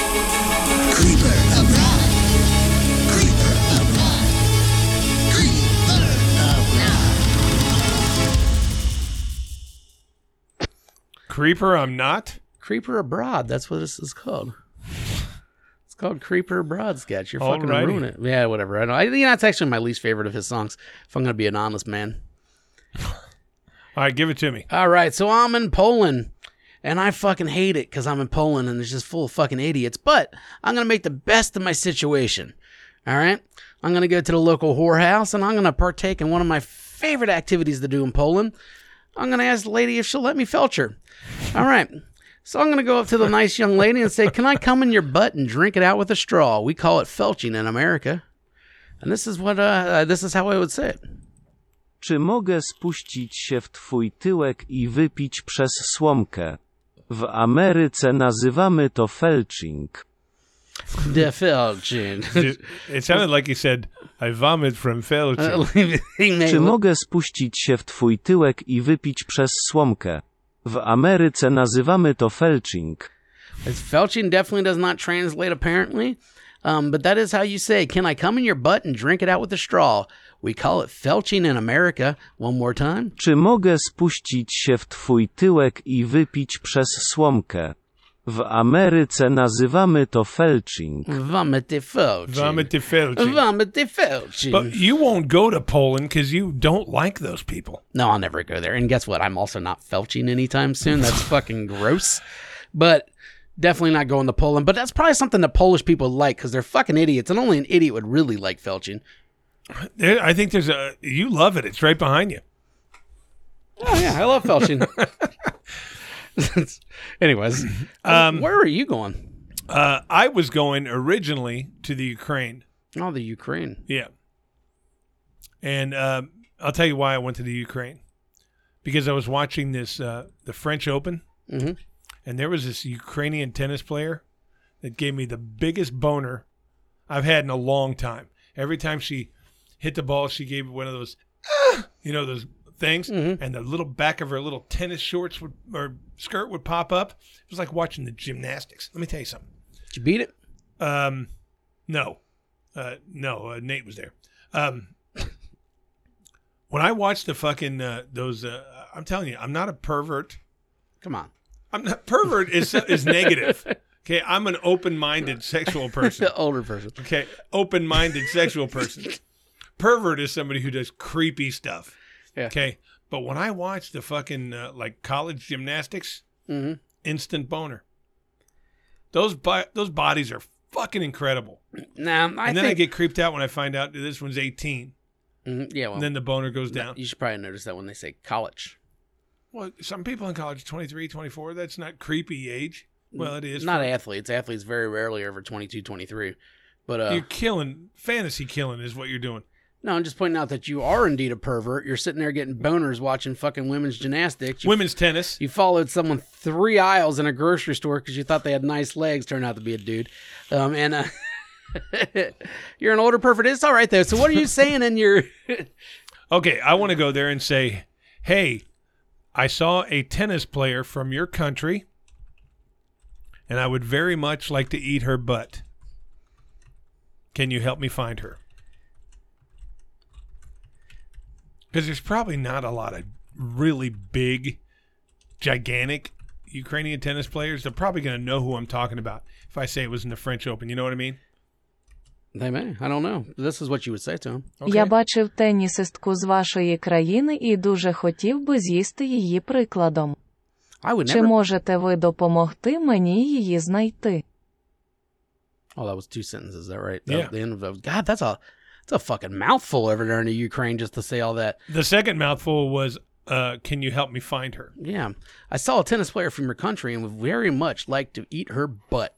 Speaker 3: Creeper abroad. Creeper abroad. Creeper abroad.
Speaker 1: Creeper, I'm not.
Speaker 2: Creeper Abroad. That's what this is called. It's called Creeper Abroad sketch. You're fucking
Speaker 1: Alrighty.
Speaker 2: ruining it. Yeah, whatever. I know. I, you know, it's actually my least favorite of his songs. If I'm gonna be an honest man.
Speaker 1: All right, give it to me.
Speaker 2: All right, so I'm in Poland, and I fucking hate it because I'm in Poland and it's just full of fucking idiots. But I'm gonna make the best of my situation. All right, I'm gonna go to the local whorehouse and I'm gonna partake in one of my favorite activities to do in Poland. I'm gonna ask the lady if she'll let me felcher. All right. So I'm gonna go up to the nice young lady and say, "Can I come in your butt and drink it out with a straw?" We call it felching in America, and this is what uh, uh, this is how I would say it.
Speaker 4: Czy mogę spuścić się w twój tyłek i wypić przez słomkę? W Ameryce nazywamy to felching.
Speaker 2: The felching.
Speaker 1: It, it sounded like he said, "I vomit from
Speaker 2: Uh,
Speaker 1: failure."
Speaker 4: Czy
Speaker 2: Czy
Speaker 4: mogę spuścić się w twój tyłek i wypić przez słomkę? W Ameryce nazywamy to felching.
Speaker 2: It's felching definitely does not translate apparently, um, but that is how you say, "Can I come in your butt and drink it out with a straw?" We call it felching in America. One more time.
Speaker 4: Czy mogę spuścić się w twój tyłek i wypić przez słomkę? W Ameryce nazywamy to felching.
Speaker 2: Vomit the felching.
Speaker 1: Vomit to failure.
Speaker 2: Vomit the felching.
Speaker 1: But you won't go to Poland because you don't like those people.
Speaker 2: no, I'll never go there. And guess what? I'm also not felching anytime soon. That's fucking gross. But definitely not going to Poland. But that's probably something the Polish people like because they're fucking idiots, and only an idiot would really like felching.
Speaker 1: There, I think there's a. You love it. It's right behind you.
Speaker 2: Oh yeah, I love felching. Anyways, um, where are you going?
Speaker 1: Uh, I was going originally to the Ukraine.
Speaker 2: Oh, the Ukraine.
Speaker 1: Yeah. And um, I'll tell you why I went to the Ukraine. Because I was watching this, uh, the French Open,
Speaker 2: Mhm.
Speaker 1: and there was this Ukrainian tennis player that gave me the biggest boner I've had in a long time. Every time she hit the ball, she gave one of those, "Ah!" you know, those things, and the little back of her little tennis shorts would, or skirt would pop up. It was like watching the gymnastics. Let me tell you something.
Speaker 2: Did you beat it?
Speaker 1: Um, no, uh, no, uh, Nate was there. Um, when I watched the fucking uh, those, uh, I'm telling you, I'm not a pervert.
Speaker 2: Come on.
Speaker 1: I'm not pervert is is negative. Okay, I'm an open-minded sexual person.
Speaker 2: The older person.
Speaker 1: Okay, open-minded sexual person. Pervert is somebody who does creepy stuff.
Speaker 2: Yeah.
Speaker 1: Okay, but when I watch the fucking uh, like college gymnastics,
Speaker 2: Mhm.
Speaker 1: instant boner. Those bi- those bodies are fucking incredible
Speaker 2: Nah, I
Speaker 1: and then
Speaker 2: think.
Speaker 1: I get creeped out when I find out that this one's 18.
Speaker 2: Mhm, yeah, well,
Speaker 1: and then the boner goes down.
Speaker 2: you should probably notice that when they say college.
Speaker 1: Well, some people in college, 23, 24, that's not creepy age. Well, it is.
Speaker 2: Not athletes. Athletes very rarely are over 22, 23. But uh,
Speaker 1: you're killing, fantasy killing is what you're doing.
Speaker 2: no, I'm just pointing out that you are indeed a pervert. You're sitting there getting boners watching fucking women's gymnastics. You,
Speaker 1: Women's tennis.
Speaker 2: you followed someone three aisles in a grocery store because you thought they had nice legs. Turned out to be a dude. Um, and uh, you're an older pervert. It's all right, though. So what are you saying in your.
Speaker 1: Okay, I want to go there and say, hey, I saw a tennis player from your country, and I would very much like to eat her butt. Can you help me find her? because there's probably not a lot of really big, gigantic Ukrainian tennis players. They're probably going to know who I'm talking about if I say it was in the French Open. You know what I mean?
Speaker 2: They may. I don't know. This is what you would say to him.
Speaker 5: Я бачив тенісистку з вашої країни і дуже хотів би з'їсти її прикладом.
Speaker 2: I would
Speaker 5: Чи
Speaker 2: never.
Speaker 5: можете ви допомогти мені її знайти?
Speaker 2: Oh, that was two sentences. Is that right? That-
Speaker 1: Yeah.
Speaker 2: The end of that- God, that's a that's a fucking mouthful over there in the Ukraine just to say all that.
Speaker 1: The second mouthful was, uh, "Can you help me find her?"
Speaker 2: Yeah, I saw a tennis player from your country and would very much like to eat her butt.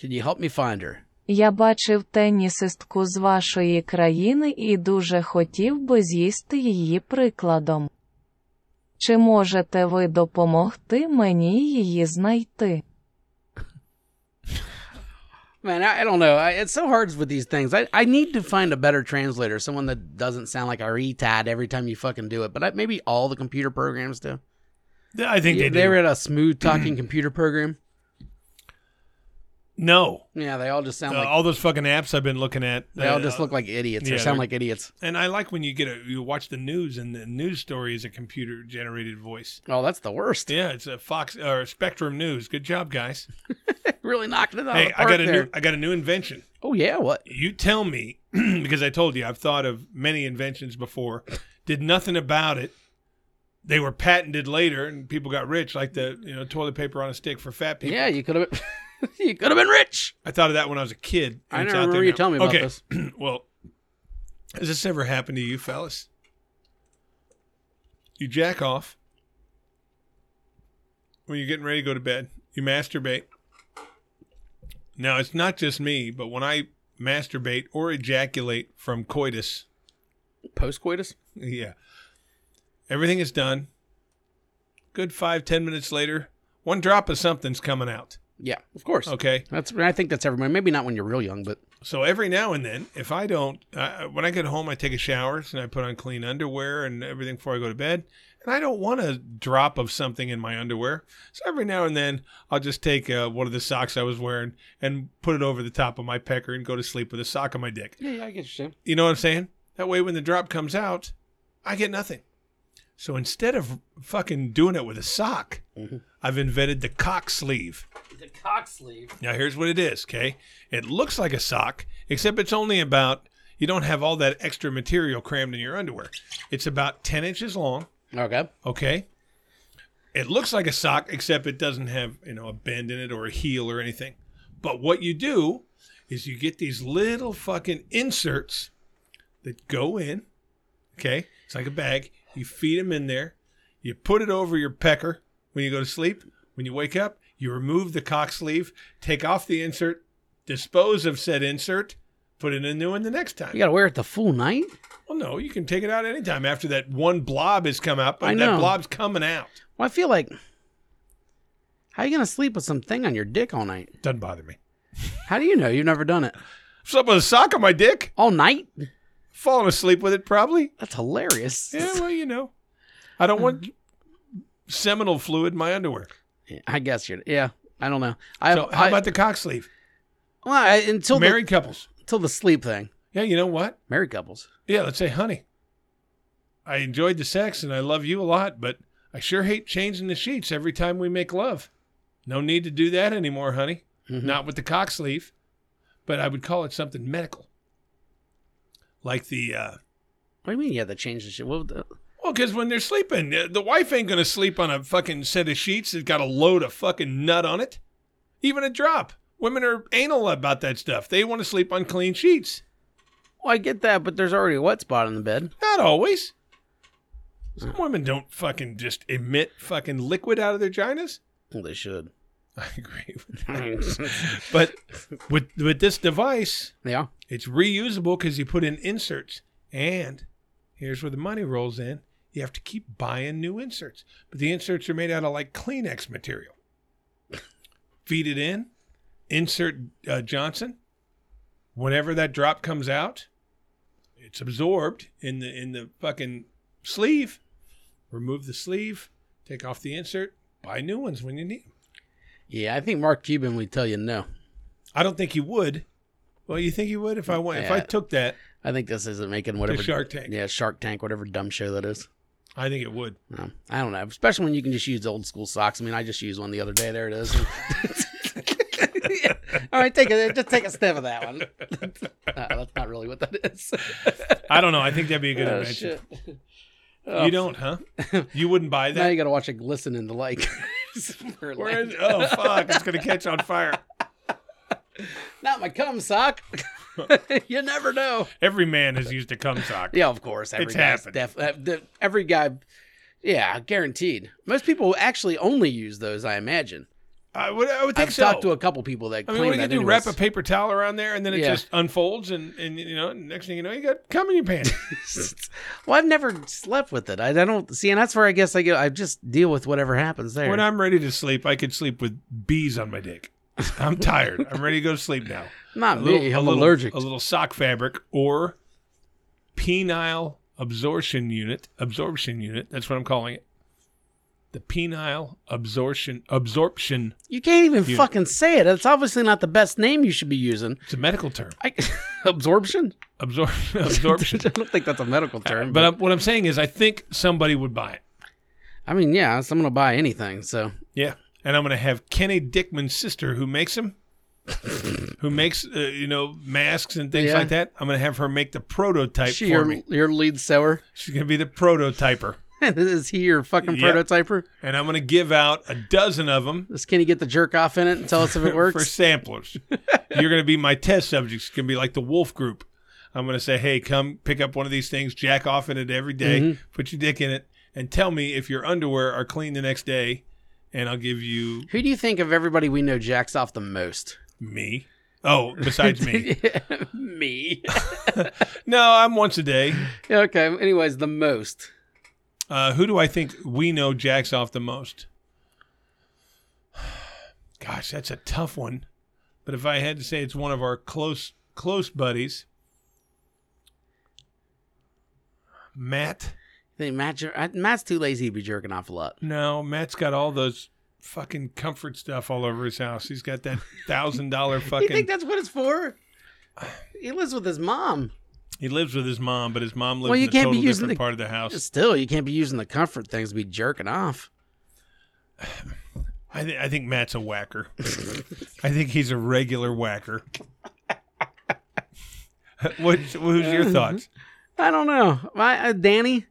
Speaker 2: Can you help me find her?
Speaker 5: Я бачив тенісистку з вашої країни і дуже хотів би з'їсти її прикладом. Чи можете ви допомогти мені її знайти?
Speaker 2: Man, I, I don't know. I, it's so hard with these things. I, I need to find a better translator, someone that doesn't sound like a retard every time you fucking do it. But I, maybe all the computer programs do.
Speaker 1: Th- I think they,
Speaker 2: Yeah, they
Speaker 1: do.
Speaker 2: were at a smooth talking computer program.
Speaker 1: no.
Speaker 2: Yeah, they all just sound
Speaker 1: Uh,
Speaker 2: like
Speaker 1: all those fucking apps I've been looking at.
Speaker 2: they all
Speaker 1: uh,
Speaker 2: just look like idiots
Speaker 1: yeah,
Speaker 2: or sound
Speaker 1: they're-
Speaker 2: like idiots.
Speaker 1: And I like when you get a you watch the news and the news story is a computer generated voice.
Speaker 2: Oh, that's the worst.
Speaker 1: Yeah, it's a Fox or Spectrum News. Good job, guys.
Speaker 2: really knocking it out of
Speaker 1: Hey,
Speaker 2: Oh, the
Speaker 1: I
Speaker 2: park
Speaker 1: got a
Speaker 2: there.
Speaker 1: new I got a new invention.
Speaker 2: Oh yeah, what?
Speaker 1: You tell me because I told you I've thought of many inventions before, did nothing about it. They were patented later, and people got rich, like the you know toilet paper on a stick for fat people.
Speaker 2: Yeah, you could have you could have been rich.
Speaker 1: I thought of that when I was a kid.
Speaker 2: I
Speaker 1: and it's
Speaker 2: never
Speaker 1: out there
Speaker 2: remember you
Speaker 1: now.
Speaker 2: telling me about
Speaker 1: okay.
Speaker 2: this.
Speaker 1: well, has this ever happened to you, fellas? You jack off when you're getting ready to go to bed. You masturbate. Now it's not just me, but when I masturbate or ejaculate from coitus,
Speaker 2: Post coitus?
Speaker 1: yeah, everything is done. Good five ten minutes later, one drop of something's coming out.
Speaker 2: Yeah, of course.
Speaker 1: Okay.
Speaker 2: That's I think that's everybody. Maybe not when you're real young, but
Speaker 1: So every now and then, if I don't, uh, when I get home, I take a shower and I put on clean underwear and everything before I go to bed. And I don't want a drop of something in my underwear. So every now and then, I'll just take uh, one of the socks I was wearing and put it over the top of my pecker and go to sleep with a sock on my dick.
Speaker 2: yeah, yeah, I get you. Sam.
Speaker 1: You know what I'm saying? That way, when the drop comes out, I get nothing. So instead of fucking doing it with a sock, I've invented the cock sleeve.
Speaker 2: The Mm-hmm. cock sleeve.
Speaker 1: Now here's what it is, okay? It looks like a sock, except it's only about you don't have all that extra material crammed in your underwear. It's about ten inches long,
Speaker 2: Okay.
Speaker 1: okay? It looks like a sock, except it doesn't have, you know, a bend in it or a heel or anything. But what you do is you get these little fucking inserts that go in, okay? It's like a bag. You feed them in there. You put it over your pecker when you go to sleep. When you wake up, you remove the cock sleeve, take off the insert, dispose of said insert, put in a new one the next time.
Speaker 2: You gotta wear it the full night?
Speaker 1: Well, no, you can take it out anytime after that one blob has come out, but
Speaker 2: I
Speaker 1: that
Speaker 2: know.
Speaker 1: blob's coming out.
Speaker 2: Well, I feel like how you gonna sleep with some thing on your dick all night?
Speaker 1: Doesn't bother me.
Speaker 2: How do you know? You've never done it.
Speaker 1: Slept with a sock on my dick.
Speaker 2: All night?
Speaker 1: Falling asleep with it, probably.
Speaker 2: That's hilarious.
Speaker 1: Yeah, well, you know. I don't want
Speaker 2: Mm-hmm.
Speaker 1: seminal fluid in my underwear.
Speaker 2: I guess you're yeah. I don't know. I,
Speaker 1: So, how
Speaker 2: I-
Speaker 1: about the cock sleeve?
Speaker 2: well, I, until
Speaker 1: Married couples.
Speaker 2: the until the sleep thing.
Speaker 1: Yeah, you know what?
Speaker 2: Married couples.
Speaker 1: Yeah, let's say, honey, I enjoyed the sex and I love you a lot, but I sure hate changing the sheets every time we make love. No need to do that anymore, honey.
Speaker 2: Mm-hmm.
Speaker 1: Not with the cock sleeve, but I would call it something medical. Like the, uh,
Speaker 2: What do you mean you had to change the shit? What the,
Speaker 1: well, because when they're sleeping, uh, the wife ain't going to sleep on a fucking set of sheets that's got a load of fucking nut on it, even a drop. Women are anal about that stuff. They want to sleep on clean sheets.
Speaker 2: well, I get that, but there's already a wet spot in the bed.
Speaker 1: Not always. Some women don't fucking just emit fucking liquid out of their vaginas.
Speaker 2: Well, they should.
Speaker 1: I agree with that. But with with this device,
Speaker 2: yeah.
Speaker 1: it's reusable because you put in inserts. And here's where the money rolls in. You have to keep buying new inserts. But the inserts are made out of like Kleenex material. Feed it in, insert uh, Johnson. Whenever that drop comes out, it's absorbed in the in the fucking sleeve. Remove the sleeve, take off the insert, buy new ones when you need 'em.
Speaker 2: Yeah, I think Mark Cuban would tell you no.
Speaker 1: I don't think he would, Well, you think you would if I went? If I
Speaker 2: Yeah.
Speaker 1: took that,
Speaker 2: I think this isn't making whatever
Speaker 1: Shark Tank.
Speaker 2: Yeah, Shark Tank, whatever dumb show that is.
Speaker 1: I think it would.
Speaker 2: No, I don't know. Especially when you can just use old school socks. I mean, I just used one the other day. There it is. All right, take a just take a sniff of that one. Uh, that's not really what that is.
Speaker 1: I don't know. I think that'd be a good
Speaker 2: Oh,
Speaker 1: invention.
Speaker 2: shit. Oh.
Speaker 1: You don't, huh? You wouldn't buy
Speaker 2: Now
Speaker 1: that?
Speaker 2: you got to watch it glisten and the like. For
Speaker 1: Where
Speaker 2: like-
Speaker 1: is- oh fuck! It's gonna catch on fire.
Speaker 2: Not my cum sock. you never know.
Speaker 1: Every man has used a cum sock.
Speaker 2: Yeah, of course. Every
Speaker 1: It's
Speaker 2: guy's
Speaker 1: happened.
Speaker 2: def- uh, the- every guy. Yeah, guaranteed. Most people actually only use those, I imagine.
Speaker 1: I would. I would think
Speaker 2: I've
Speaker 1: so.
Speaker 2: talked to a couple people that
Speaker 1: I
Speaker 2: claim
Speaker 1: mean, what do you
Speaker 2: that.
Speaker 1: do?
Speaker 2: anyways.
Speaker 1: Wrap a paper towel around there, and then it
Speaker 2: Yeah.
Speaker 1: just unfolds, and and you know, next thing you know, you got cum in your pants.
Speaker 2: well, I've never slept with it. I, I don't see, and that's where I guess I go. I just deal with whatever happens there.
Speaker 1: when I'm ready to sleep, I could sleep with bees on my dick. I'm tired. I'm ready to go to sleep now.
Speaker 2: Not
Speaker 1: A
Speaker 2: me.
Speaker 1: little-
Speaker 2: I'm
Speaker 1: a little,
Speaker 2: allergic.
Speaker 1: A little sock fabric or penile absorption unit. Absorption unit. That's what I'm calling it. The penile absorption absorption.
Speaker 2: you can't even
Speaker 1: You-
Speaker 2: fucking say it. It's obviously not the best name you should be using.
Speaker 1: It's a medical term.
Speaker 2: I, absorption.
Speaker 1: Absor- absorption.
Speaker 2: I don't think that's a medical term.
Speaker 1: but I'm, what I'm saying is, I think somebody would buy it.
Speaker 2: I mean, yeah, someone will buy anything. So
Speaker 1: Yeah. And I'm going to have Kenny Dickman's sister who makes them, who makes, uh, you know, masks and things
Speaker 2: Yeah.
Speaker 1: like that. I'm going to have her make the prototype
Speaker 2: she
Speaker 1: for
Speaker 2: your,
Speaker 1: me.
Speaker 2: your lead sewer.
Speaker 1: She's going to be the prototyper.
Speaker 2: Is he your fucking
Speaker 1: Yep.
Speaker 2: prototyper?
Speaker 1: And I'm going to give out a dozen of them
Speaker 2: Does Kenny get the jerk off in it and tell us if it
Speaker 1: for
Speaker 2: works?
Speaker 1: samplers. You're going to be my test subjects. It's going to be like the wolf group. I'm going to say, hey, come pick up one of these things, jack off in it every day, put your dick in it, and tell me if your underwear are clean the next day, and I'll give you
Speaker 2: Who do you think of everybody we know jacks off the most?
Speaker 1: me. Oh, besides me.
Speaker 2: me.
Speaker 1: No, I'm once a day.
Speaker 2: okay. Anyways, the most.
Speaker 1: Uh, who do I think we know jacks off the most? Gosh, that's a tough one. But if I had to say it's one of our close close buddies, Matt.
Speaker 2: Think Matt, jer- I- Matt's too lazy to be jerking off a lot.
Speaker 1: No, Matt's got all those fucking comfort stuff all over his house. He's got that thousand dollar
Speaker 2: You think
Speaker 1: fucking.
Speaker 2: that's what it's for? He lives with his mom.
Speaker 1: He lives with his mom, but his mom lives
Speaker 2: Well, you
Speaker 1: in a
Speaker 2: can't be
Speaker 1: total
Speaker 2: using
Speaker 1: different
Speaker 2: the-
Speaker 1: part of the house.
Speaker 2: Still, you can't be using the comfort things to be jerking off.
Speaker 1: I, th- I think Matt's a whacker. I think he's a regular whacker. what, who's your thoughts?
Speaker 2: I don't know. My, uh, Danny?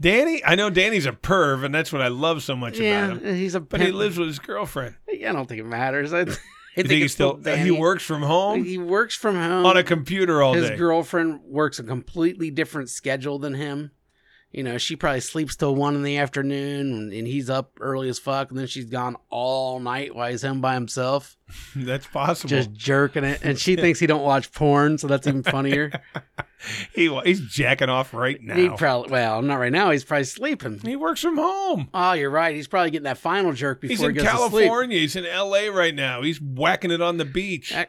Speaker 1: Danny? I know Danny's a perv, and that's what I love so much
Speaker 2: Yeah,
Speaker 1: about him.
Speaker 2: he's a
Speaker 1: But he lives with his girlfriend.
Speaker 2: I don't think it matters. I, I
Speaker 1: You
Speaker 2: think,
Speaker 1: think
Speaker 2: it's
Speaker 1: he's still,
Speaker 2: Danny.
Speaker 1: he works from home
Speaker 2: He works from home.
Speaker 1: on a computer all
Speaker 2: his
Speaker 1: day.
Speaker 2: girlfriend works a completely different schedule than him. You know, she probably sleeps till one in the afternoon, and- and he's up early as fuck, and then she's gone all night while he's home by himself,
Speaker 1: that's possible.
Speaker 2: just jerking it. And she thinks he don't watch porn, so that's even funnier.
Speaker 1: he, wa- he's jacking off right
Speaker 2: He
Speaker 1: now.
Speaker 2: probably well, not right now. He's probably sleeping.
Speaker 1: He works from home.
Speaker 2: Oh, you're right. He's probably getting that final jerk before
Speaker 1: He's
Speaker 2: he
Speaker 1: in
Speaker 2: goes
Speaker 1: California. He's in L.A. right now. He's whacking it on the beach.
Speaker 2: to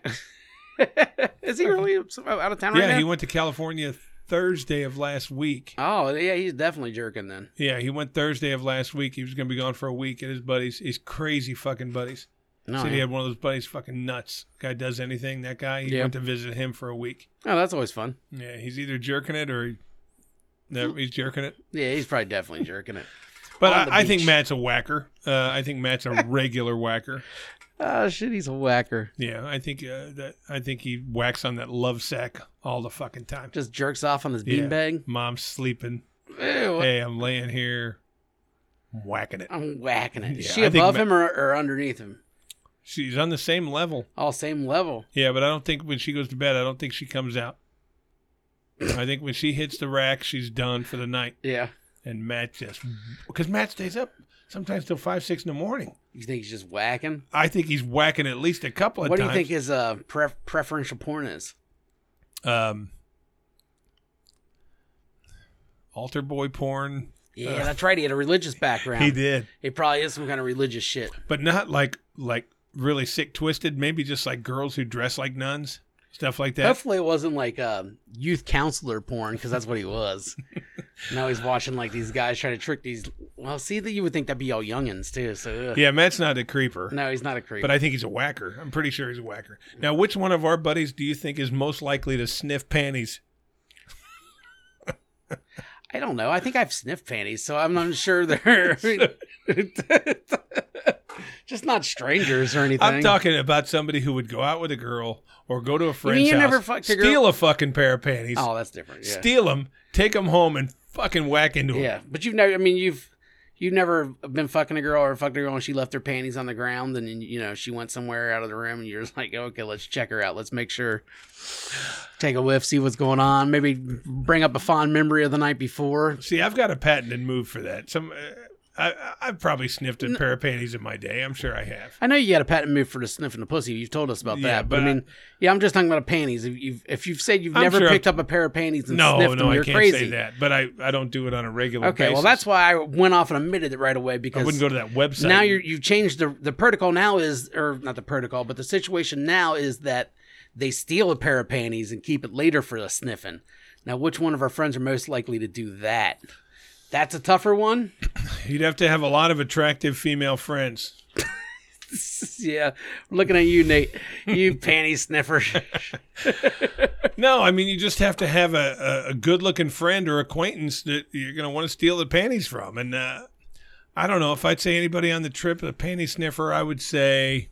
Speaker 2: sleep. Is he really out of town right
Speaker 1: Yeah,
Speaker 2: now?
Speaker 1: he went to California Thursday of last week.
Speaker 2: oh, yeah, he's definitely jerking then.
Speaker 1: Yeah, he went Thursday of last week. He was going to be gone for a week, and his buddies, his crazy fucking buddies,
Speaker 2: No,
Speaker 1: said he had one of those buddies fucking nuts. Guy does anything. That guy, he
Speaker 2: Yeah.
Speaker 1: went to visit him for a week.
Speaker 2: oh, that's always fun.
Speaker 1: Yeah, he's either jerking it or he, no, he's jerking it.
Speaker 2: Yeah, he's probably definitely jerking it.
Speaker 1: But
Speaker 2: Hmm. On the
Speaker 1: I, I think
Speaker 2: beach.
Speaker 1: Matt's a whacker. Uh, I think Matt's a regular whacker.
Speaker 2: Oh shit, he's a whacker.
Speaker 1: Yeah, I think uh, that I think he whacks on that love sack all the fucking time.
Speaker 2: Just jerks off on his
Speaker 1: Yeah.
Speaker 2: beanbag.
Speaker 1: Mom's sleeping.
Speaker 2: Ew,
Speaker 1: Hey, I'm laying here, I'm whacking it.
Speaker 2: I'm whacking it. Is
Speaker 1: Yeah,
Speaker 2: she
Speaker 1: I think
Speaker 2: above
Speaker 1: ma-
Speaker 2: him or, or underneath him?
Speaker 1: She's on the same level.
Speaker 2: All same level.
Speaker 1: Yeah, but I don't think when she goes to bed, I don't think she comes out. I think when she hits the rack, she's done for the night.
Speaker 2: Yeah.
Speaker 1: And Matt just because Matt stays up sometimes till five, six in the morning.
Speaker 2: You think he's just whacking?
Speaker 1: I think he's whacking at least a couple of
Speaker 2: What do
Speaker 1: times.
Speaker 2: you think his uh, pref- preferential porn is?
Speaker 1: Um, altar boy porn.
Speaker 2: Yeah, that's right. He had a religious background.
Speaker 1: He did,
Speaker 2: It probably is some kind of religious shit.
Speaker 1: but not like like really sick, twisted. Maybe just like girls who dress like nuns. stuff like that.
Speaker 2: Hopefully, it wasn't like um, youth counselor porn because that's what he was. now he's watching like these guys try to trick these. Well, see that you would think that'd be all youngins too. So ugh.
Speaker 1: Yeah, Matt's not a creeper,
Speaker 2: no, he's not a creep.
Speaker 1: but I think he's a whacker. I'm pretty sure he's a whacker. Now, which one of our buddies do you think is most likely to sniff panties?
Speaker 2: I don't know. I think I've sniffed panties, so I'm not sure they're just not strangers or anything.
Speaker 1: I'm talking about somebody who would go out with a girl or go to a friend's
Speaker 2: you
Speaker 1: house,
Speaker 2: never fucked a girl?
Speaker 1: steal a fucking pair of panties,
Speaker 2: Oh, that's different. Yeah.
Speaker 1: steal them, take them home, and fucking whack into them.
Speaker 2: yeah, but you've never. I mean, you've you've never been fucking a girl or fucked a girl and she left her panties on the ground and then, you know she went somewhere out of the room and you're just like, okay, let's check her out. Let's make sure. Take a whiff, see what's going on. Maybe bring up a fond memory of the night before.
Speaker 1: See, I've got a patented move for that. Some, uh, I, I- I've probably sniffed a pair of panties in my day. I'm sure I have.
Speaker 2: I know you got a patent move for the sniffing the pussy. You've told us about
Speaker 1: Yeah,
Speaker 2: that, but,
Speaker 1: but
Speaker 2: I
Speaker 1: I-
Speaker 2: mean, yeah, I'm just talking about panties. If you've, if you've said you've
Speaker 1: I'm
Speaker 2: never
Speaker 1: sure
Speaker 2: picked up a pair of panties and
Speaker 1: No,
Speaker 2: sniffed
Speaker 1: no,
Speaker 2: them,
Speaker 1: I
Speaker 2: you're
Speaker 1: can't
Speaker 2: crazy.
Speaker 1: say that. But I, I don't do it on a regular
Speaker 2: Okay, well,
Speaker 1: basis.
Speaker 2: that's why I went off and admitted it right away because
Speaker 1: I wouldn't go to that website.
Speaker 2: now you're, you've changed the the protocol. Now is or not the protocol, but the situation now is that they steal a pair of panties and keep it later for the sniffing. Now, which one of our friends are most likely to do that? That's a tougher one.
Speaker 1: You'd have to have a lot of attractive female friends.
Speaker 2: yeah, looking at you, Nate. You panty sniffer.
Speaker 1: No, I mean you just have to have a, a, a good looking friend or acquaintance that you're going to want to steal the panties from. And uh, I don't know if I'd say anybody on the trip a panty sniffer. I would say,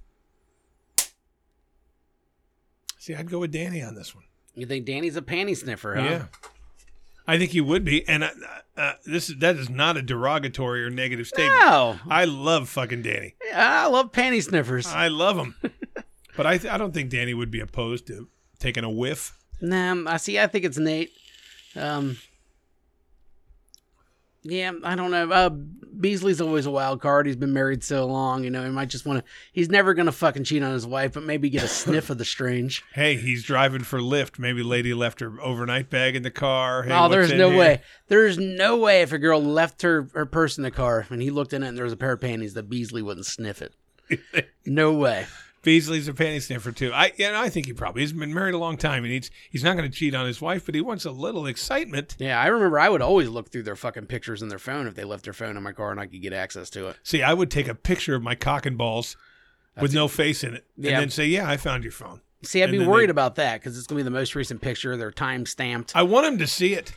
Speaker 1: see, I'd go with Danny on this one.
Speaker 2: You think Danny's a panty sniffer? Huh?
Speaker 1: Yeah, I think you would be. And uh, uh, this is that is not a derogatory or negative statement.
Speaker 2: No,
Speaker 1: I love fucking Danny.
Speaker 2: I love panty sniffers.
Speaker 1: I love him, but I th- I don't think Danny would be opposed to taking a whiff.
Speaker 2: Nah, um, I see. I think it's Nate. Um, yeah, I don't know. Uh, Beasley's always a wild card. He's been married so long, you know. He might just want to. He's never gonna fucking cheat on his wife, but maybe get a sniff of the strange.
Speaker 1: Hey, he's driving for Lyft. Maybe lady left her overnight bag in the car. Hey,
Speaker 2: oh,
Speaker 1: what's
Speaker 2: there's
Speaker 1: in
Speaker 2: no
Speaker 1: here?
Speaker 2: way. There's no way if a girl left her her purse in the car and he looked in it and there was a pair of panties that Beasley wouldn't sniff it. no way.
Speaker 1: Beasley's a panty sniffer too. I you know, I think he probably he's been married a long time and he's he's not going to cheat on his wife, but he wants a little excitement.
Speaker 2: Yeah, I remember I would always look through their fucking pictures in their phone if they left their phone in my car and I could get access to it.
Speaker 1: See, I would take a picture of my cock and balls with no face in it,
Speaker 2: Yeah.
Speaker 1: and then say, "Yeah, I found your phone."
Speaker 2: See, I'd
Speaker 1: And
Speaker 2: be
Speaker 1: then
Speaker 2: worried
Speaker 1: they-
Speaker 2: about that because it's gonna be the most recent picture. They're time stamped.
Speaker 1: I want him to see it.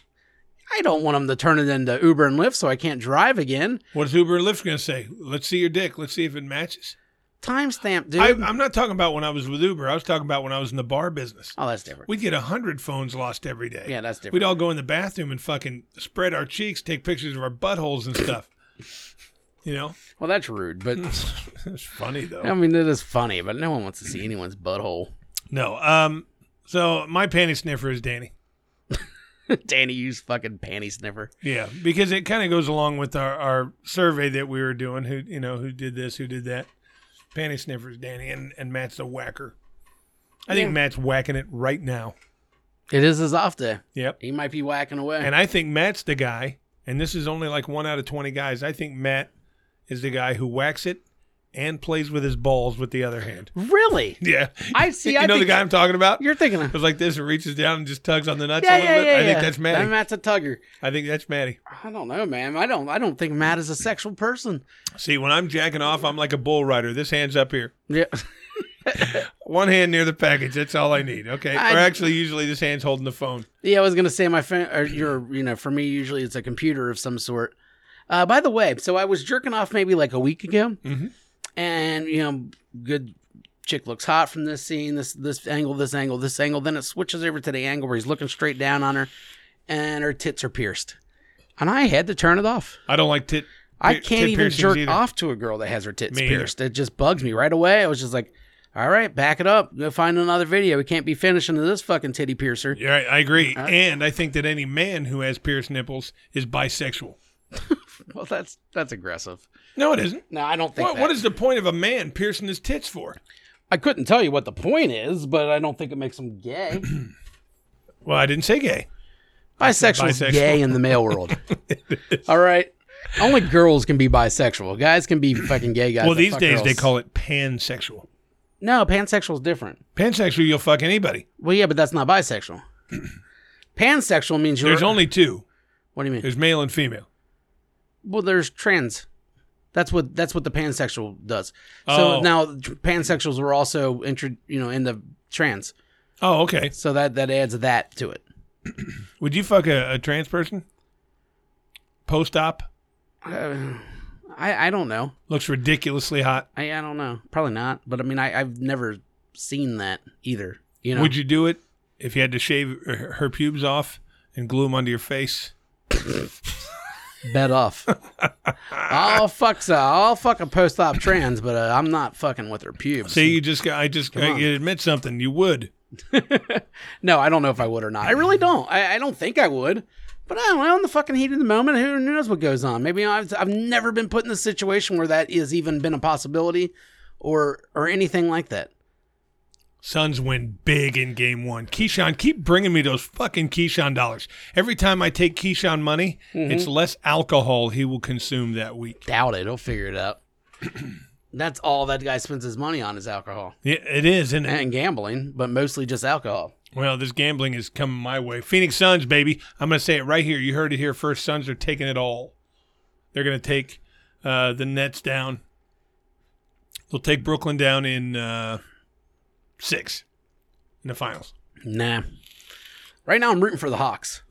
Speaker 2: I don't want them to turn it into Uber and Lyft, so I can't drive again.
Speaker 1: What's Uber and Lyft going to say? Let's see your dick. Let's see if it matches.
Speaker 2: Time stamped, dude.
Speaker 1: I, I'm not talking about when I was with Uber. I was talking about when I was in the bar business.
Speaker 2: oh, that's different.
Speaker 1: We'd get a hundred phones lost every day.
Speaker 2: Yeah, that's different.
Speaker 1: We'd all go in the bathroom and fucking spread our cheeks, take pictures of our buttholes and stuff. you know,
Speaker 2: well, that's rude, but
Speaker 1: it's funny though.
Speaker 2: I mean it is funny. But no one wants to see anyone's butthole.
Speaker 1: No, um, so my panty sniffer is Danny.
Speaker 2: Danny, you's fucking panty sniffer.
Speaker 1: Yeah, because it kind of goes along with our, our survey that we were doing. Who you know who did this, who did that? Panty sniffer is Danny, and and Matt's the whacker. I think Matt's whacking it right now.
Speaker 2: It is his off day.
Speaker 1: Yep.
Speaker 2: He might be whacking away.
Speaker 1: And I think Matt's the guy, and this is only like one out of 20 guys. I think Matt is the guy who whacks it and plays with his balls with the other hand.
Speaker 2: really,
Speaker 1: Yeah.
Speaker 2: I see.
Speaker 1: you
Speaker 2: I
Speaker 1: know
Speaker 2: think
Speaker 1: the guy I'm talking about?
Speaker 2: you're thinking of.
Speaker 1: It's like this and reaches down and just tugs on the nuts a
Speaker 2: Yeah,
Speaker 1: little
Speaker 2: yeah,
Speaker 1: bit.
Speaker 2: yeah,
Speaker 1: I
Speaker 2: yeah.
Speaker 1: think that's Matty.
Speaker 2: That Matt's a tugger.
Speaker 1: I think that's Matty.
Speaker 2: I don't know, man. I don't. I don't think Matt is a sexual person.
Speaker 1: See, when I'm jacking off, I'm like a bull rider. This hand's up here.
Speaker 2: Yeah.
Speaker 1: One hand near the package. That's all I need. Okay.
Speaker 2: I-
Speaker 1: or actually, usually this hand's holding the phone.
Speaker 2: Yeah, I was gonna say my phone or your, you know, for me usually it's a computer of some sort. Uh, by the way, so I was jerking off maybe like a week ago,
Speaker 1: Mhm.
Speaker 2: and you know, good chick looks hot from this scene, this this angle, this angle, this angle. Then it switches over to the angle where he's looking straight down on her, and her tits are pierced, and I had to turn it off.
Speaker 1: I don't like tit.
Speaker 2: I
Speaker 1: pier-
Speaker 2: can't
Speaker 1: tit
Speaker 2: even
Speaker 1: piercings
Speaker 2: jerk
Speaker 1: either.
Speaker 2: off to a girl that has her tits
Speaker 1: Me either.
Speaker 2: pierced. It just bugs me right away. I was just like, all right, back it up, go find another video. We can't be finishing this fucking titty piercer.
Speaker 1: Yeah, I I agree.
Speaker 2: Uh-huh.
Speaker 1: and I think that any man who has pierced nipples is bisexual.
Speaker 2: Well, that's that's aggressive.
Speaker 1: No, it isn't.
Speaker 2: No, I don't think.
Speaker 1: What,
Speaker 2: that.
Speaker 1: what is the point of a man piercing his tits for?
Speaker 2: I couldn't tell you what the point is, but I don't think it makes them gay.
Speaker 1: Well, I didn't say gay.
Speaker 2: Bisexual is
Speaker 1: Bisexual.
Speaker 2: gay in the male world. All right. Only girls can be bisexual. Guys can be fucking gay guys.
Speaker 1: well,
Speaker 2: that
Speaker 1: these
Speaker 2: fuck
Speaker 1: days they
Speaker 2: girls.
Speaker 1: call it pansexual.
Speaker 2: No, pansexual is different.
Speaker 1: Pansexual, you'll fuck anybody.
Speaker 2: Well, yeah, but that's not bisexual. pansexual means you're.
Speaker 1: There's only two.
Speaker 2: what do you mean?
Speaker 1: There's male and female.
Speaker 2: well, there's trans. That's what that's what the pansexual does. So
Speaker 1: Oh.
Speaker 2: now tr- pansexuals were also intro, you know, in the trans.
Speaker 1: Oh, okay.
Speaker 2: So that that adds that to it.
Speaker 1: Would you fuck a, a trans person? Post op
Speaker 2: Uh, I I don't know.
Speaker 1: looks ridiculously hot.
Speaker 2: I I don't know. Probably not. But I mean, I I've never seen that either. You know.
Speaker 1: Would you do it if you had to shave her, her pubes off and glue them onto your face?
Speaker 2: bet off. I'll fuck so I'll fuck a post op trans, but uh, I'm not fucking with her pubes.
Speaker 1: See, you just got. I just I,
Speaker 2: on.
Speaker 1: you admit something. You would.
Speaker 2: no, I don't know if I would or not. I really don't. I, I don't think I would. But I don't know. In the fucking heat of the moment, who knows what goes on? Maybe I've I've never been put in a situation where that has even been a possibility, or or anything like that.
Speaker 1: Suns win big in game one. Keyshawn, keep bringing me those fucking Keyshawn dollars. Every time I take Keyshawn money, it's less alcohol he will consume that week.
Speaker 2: Doubt it. He'll figure it out. That's all that guy spends his money on is alcohol
Speaker 1: Yeah, it is, isn't it?
Speaker 2: and gambling, but mostly just alcohol.
Speaker 1: Well, this gambling is coming my way. Phoenix Suns, baby. I'm going to say it right here. You heard it here first. Suns are taking it all. They're going to take uh, the Nets down. They'll take Brooklyn down in uh, six in the finals.
Speaker 2: Nah. Right now, I'm rooting for the Hawks.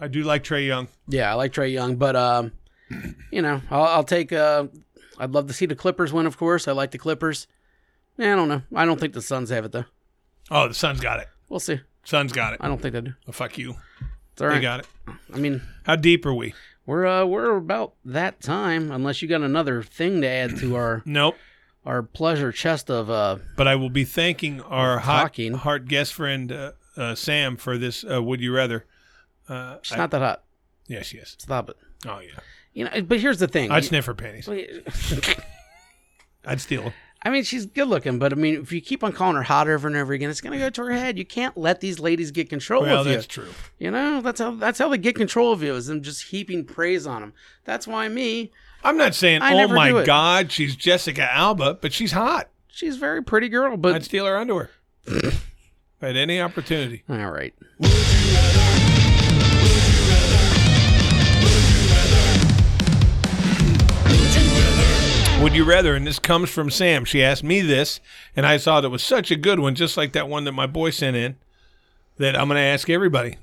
Speaker 1: I do like Trey Young.
Speaker 2: Yeah, I like Trey Young, but um, you know, I'll, I'll take. Uh, I'd love to see the Clippers win, of course. I like the Clippers. Yeah, I don't know. I don't think the Suns have it though.
Speaker 1: Oh, the Suns got it.
Speaker 2: We'll see.
Speaker 1: Suns got it.
Speaker 2: I don't think they do.
Speaker 1: Oh, fuck you.
Speaker 2: It's all
Speaker 1: They
Speaker 2: Uh, right.
Speaker 1: got it.
Speaker 2: I mean,
Speaker 1: How deep are we?
Speaker 2: we're uh, we're about that time, unless you got another thing to add to our
Speaker 1: Nope.
Speaker 2: our pleasure chest of uh.
Speaker 1: But I will be thanking our hot,
Speaker 2: Talking.
Speaker 1: heart guest friend uh, uh, Sam for this. Uh, would you rather? Uh,
Speaker 2: It's
Speaker 1: I-
Speaker 2: not that hot.
Speaker 1: yes, yes.
Speaker 2: Stop it.
Speaker 1: Oh yeah.
Speaker 2: You know, but here's the thing.
Speaker 1: I'd sniff her panties. I'd steal them.
Speaker 2: I mean, she's good looking, but I mean, if you keep on calling her hot over and over again, it's gonna go to her head. You can't let these ladies get control
Speaker 1: Well,
Speaker 2: of you.
Speaker 1: that's true.
Speaker 2: You know, that's how that's how they get control of you is them just heaping praise on them. That's why me,
Speaker 1: I'm not saying,
Speaker 2: I
Speaker 1: oh
Speaker 2: never do
Speaker 1: my
Speaker 2: it."
Speaker 1: God, she's Jessica Alba, but she's hot.
Speaker 2: she's a very pretty girl,
Speaker 1: I'd
Speaker 2: but
Speaker 1: steal her underwear at any opportunity.
Speaker 2: all right.
Speaker 1: Would you rather? And this comes from Sam. She asked me this, and I thought it was such a good one, just like that one that my boy sent in, that I'm going to ask everybody.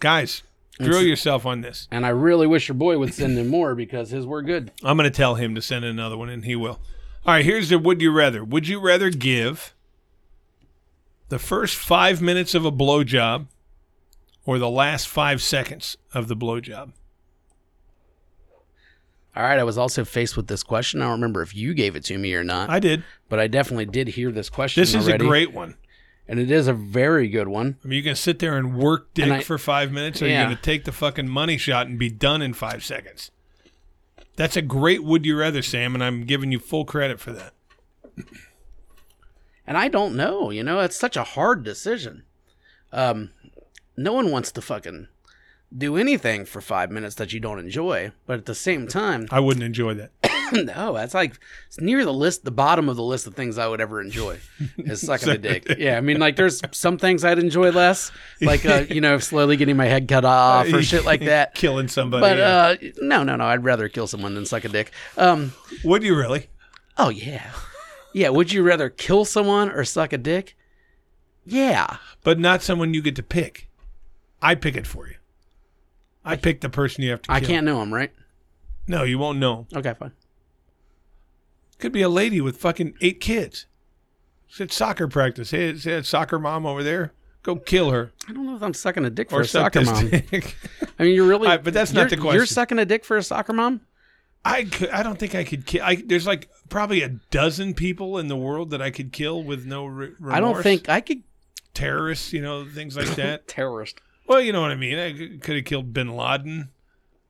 Speaker 1: Guys, drill yourself on this.
Speaker 2: And I really wish your boy would send in more because his were good.
Speaker 1: I'm going to tell him to send another one, and he will. All right, here's the would you rather. Would you rather give the first five minutes of a blowjob or the last five seconds of the blowjob?
Speaker 2: All right, I was also faced with this question. I don't remember if you gave it to me or not,
Speaker 1: I did.
Speaker 2: but I definitely did hear this question.
Speaker 1: This is
Speaker 2: already,
Speaker 1: a great one.
Speaker 2: and it is a very good one.
Speaker 1: I mean, you can sit there and work dick
Speaker 2: And I-
Speaker 1: for five minutes, or
Speaker 2: Yeah.
Speaker 1: you're going to take the fucking money shot and be done in five seconds. That's a great would you rather, Sam, and I'm giving you full credit for that.
Speaker 2: And I don't know, you know, it's such a hard decision. Um, no one wants to fucking do anything for five minutes that you don't enjoy, but at the same time,
Speaker 1: I wouldn't enjoy that.
Speaker 2: No, that's like it's near the list, the bottom of the list of things I would ever enjoy. Is sucking a dick. Yeah, I mean, like there's some things I'd enjoy less, like uh, you know, slowly getting my head cut off or shit like that.
Speaker 1: Killing somebody.
Speaker 2: But
Speaker 1: yeah.
Speaker 2: uh, no, no, no, I'd rather kill someone than suck a dick. Um,
Speaker 1: would you really?
Speaker 2: oh yeah, yeah. Would you rather kill someone or suck a dick? Yeah,
Speaker 1: but not someone you get to pick. I pick it for you. I pick the person you have to kill.
Speaker 2: I can't know him, right?
Speaker 1: No, you won't know.
Speaker 2: Okay, fine.
Speaker 1: Could be a lady with fucking eight kids. She's at soccer practice. Hey, it's that soccer mom over there. Go kill her
Speaker 2: I don't know if I'm sucking a dick for
Speaker 1: or
Speaker 2: a
Speaker 1: suck
Speaker 2: soccer
Speaker 1: this
Speaker 2: mom.
Speaker 1: dick.
Speaker 2: I mean, you're really,
Speaker 1: All right, but that's not
Speaker 2: you're-
Speaker 1: the question.
Speaker 2: You're sucking a dick for a soccer mom?
Speaker 1: I could, I don't think I could kill. I, there's like probably a dozen people in the world that I could kill with no re- remorse.
Speaker 2: I don't think I could.
Speaker 1: terrorists, you know, things like that.
Speaker 2: Terrorist.
Speaker 1: Well, you know what I mean. I could have killed Bin Laden,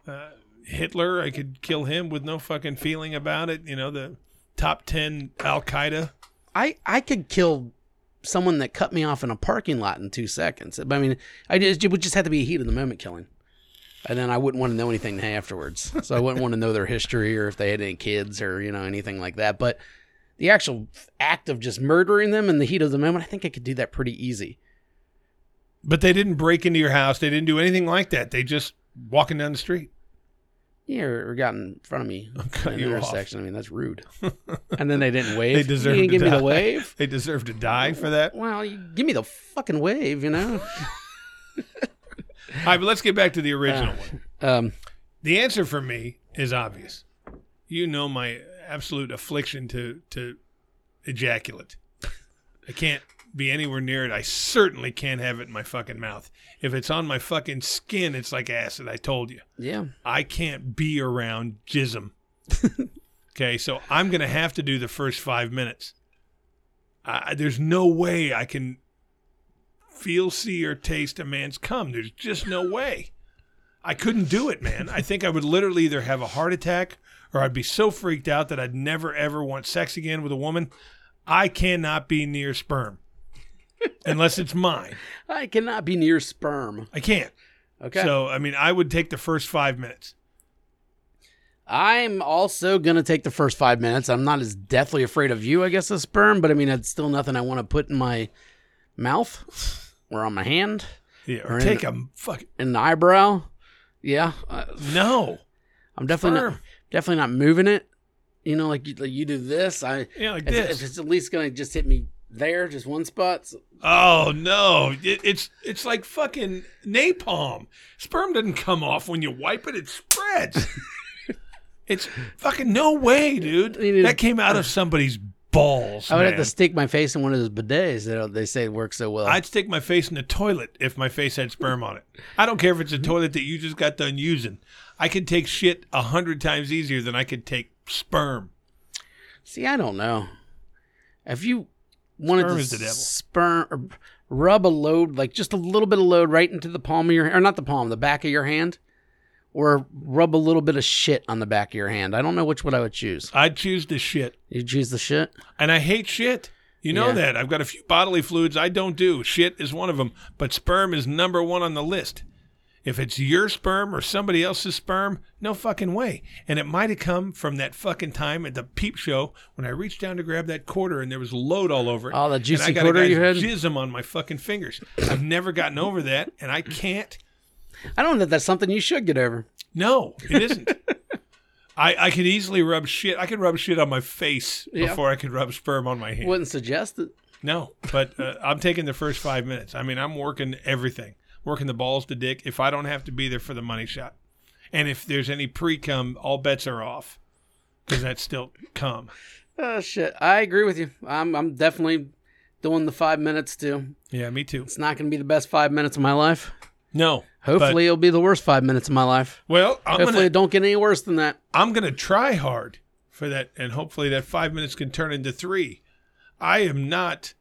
Speaker 1: uh, Hitler. I could kill him with no fucking feeling about it. You know, the top ten Al Qaeda.
Speaker 2: I I could kill someone that cut me off in a parking lot in two seconds. But I mean, I just it would just have to be a heat of the moment killing, and then I wouldn't want to know anything afterwards. So I wouldn't want to know their history or if they had any kids or you know anything like that. But the actual act of just murdering them in the heat of the moment, I think I could do that pretty easy.
Speaker 1: But they didn't break into your house. They didn't do anything like that. They just walking down the street.
Speaker 2: Yeah, or got in front of me
Speaker 1: cutting
Speaker 2: in an
Speaker 1: you off.
Speaker 2: intersection. I mean, that's rude. and then they didn't wave.
Speaker 1: They deserve
Speaker 2: You didn't
Speaker 1: to
Speaker 2: give me
Speaker 1: die.
Speaker 2: the wave.
Speaker 1: They deserve to die for that.
Speaker 2: Well, you give me the fucking wave, you know.
Speaker 1: All right, but let's get back to the original one.
Speaker 2: Um,
Speaker 1: The answer for me is obvious. You know my absolute affliction to to ejaculate. I can't be anywhere near it. I certainly can't have it in my fucking mouth. If it's on my fucking skin, it's like acid. I told you.
Speaker 2: yeah,
Speaker 1: I can't be around jism. okay, so I'm gonna have to do the first five minutes. I there's no way I can feel, see, or taste a man's cum. There's just no way. I couldn't do it, man. I think I would literally either have a heart attack or I'd be so freaked out that I'd never ever want sex again with a woman. I cannot be near sperm unless it's mine.
Speaker 2: I cannot be near sperm.
Speaker 1: I can't.
Speaker 2: Okay,
Speaker 1: So, I mean, I would take the first five minutes.
Speaker 2: I'm also gonna take the first five minutes. I'm not as deathly afraid of you, I guess, as sperm, but I mean, it's still nothing I want to put in my mouth or on my hand
Speaker 1: Yeah,
Speaker 2: Or
Speaker 1: or
Speaker 2: in-
Speaker 1: take a fuck.
Speaker 2: in the eyebrow. Yeah, uh,
Speaker 1: No.
Speaker 2: I'm definitely not,
Speaker 1: Sperm.
Speaker 2: definitely not moving it. You know, like you, like you do this. I
Speaker 1: Yeah, like
Speaker 2: if-
Speaker 1: this.
Speaker 2: If it's at least gonna just hit me there, just one spot. so-
Speaker 1: Oh no! It, it's it's like fucking napalm. Sperm doesn't come off when you wipe it; it spreads. it's fucking no way, dude.
Speaker 2: You need
Speaker 1: That
Speaker 2: to-
Speaker 1: came out of somebody's balls.
Speaker 2: I would
Speaker 1: man.
Speaker 2: have to stick my face in one of those bidets that they say work so well.
Speaker 1: I'd stick my face in the toilet if my face had sperm on it. I don't care if it's a toilet that you just got done using. I could take shit a hundred times easier than I could take sperm.
Speaker 2: See, I don't know. If you wanted
Speaker 1: Sperm
Speaker 2: to
Speaker 1: is the devil.
Speaker 2: sperm or rub a load, like just a little bit of load right into the palm of your or not the palm, the back of your hand, or rub a little bit of shit on the back of your hand. I don't know which one I would choose.
Speaker 1: I'd choose the shit,
Speaker 2: You choose the shit.
Speaker 1: and I hate shit. You know
Speaker 2: Yeah.
Speaker 1: that. I've got a few bodily fluids I don't do. Shit is one of them, but sperm is number one on the list. If it's your sperm or somebody else's sperm, no fucking way. And it might have come from that fucking time at the peep show when I reached down to grab that quarter and there was load all over it.
Speaker 2: Oh, the
Speaker 1: And
Speaker 2: juicy
Speaker 1: I got
Speaker 2: quarter
Speaker 1: a guy's
Speaker 2: you had?
Speaker 1: Jism on my fucking fingers. I've never gotten over that, and I can't.
Speaker 2: I don't know if that's something you should get over.
Speaker 1: No, it isn't. I I could easily rub shit. I could rub shit on my face
Speaker 2: Yeah.
Speaker 1: before I could rub sperm on my hand.
Speaker 2: Wouldn't suggest it.
Speaker 1: No, but uh, I'm taking the first five minutes. I mean, I'm working everything, working the balls to dick. If I don't have to be there for the money shot, and if there's any pre cum, all bets are off because that's still cum.
Speaker 2: Oh shit. I agree with you. I'm I'm definitely doing the five minutes too.
Speaker 1: Yeah, me too.
Speaker 2: It's not gonna be the best five minutes of my life.
Speaker 1: No, but-
Speaker 2: Hopefully it'll be the worst five minutes of my life.
Speaker 1: well, I'm
Speaker 2: Hopefully
Speaker 1: gonna
Speaker 2: it don't get any worse than that.
Speaker 1: I'm gonna try hard for that, and hopefully that five minutes can turn into three. I am not.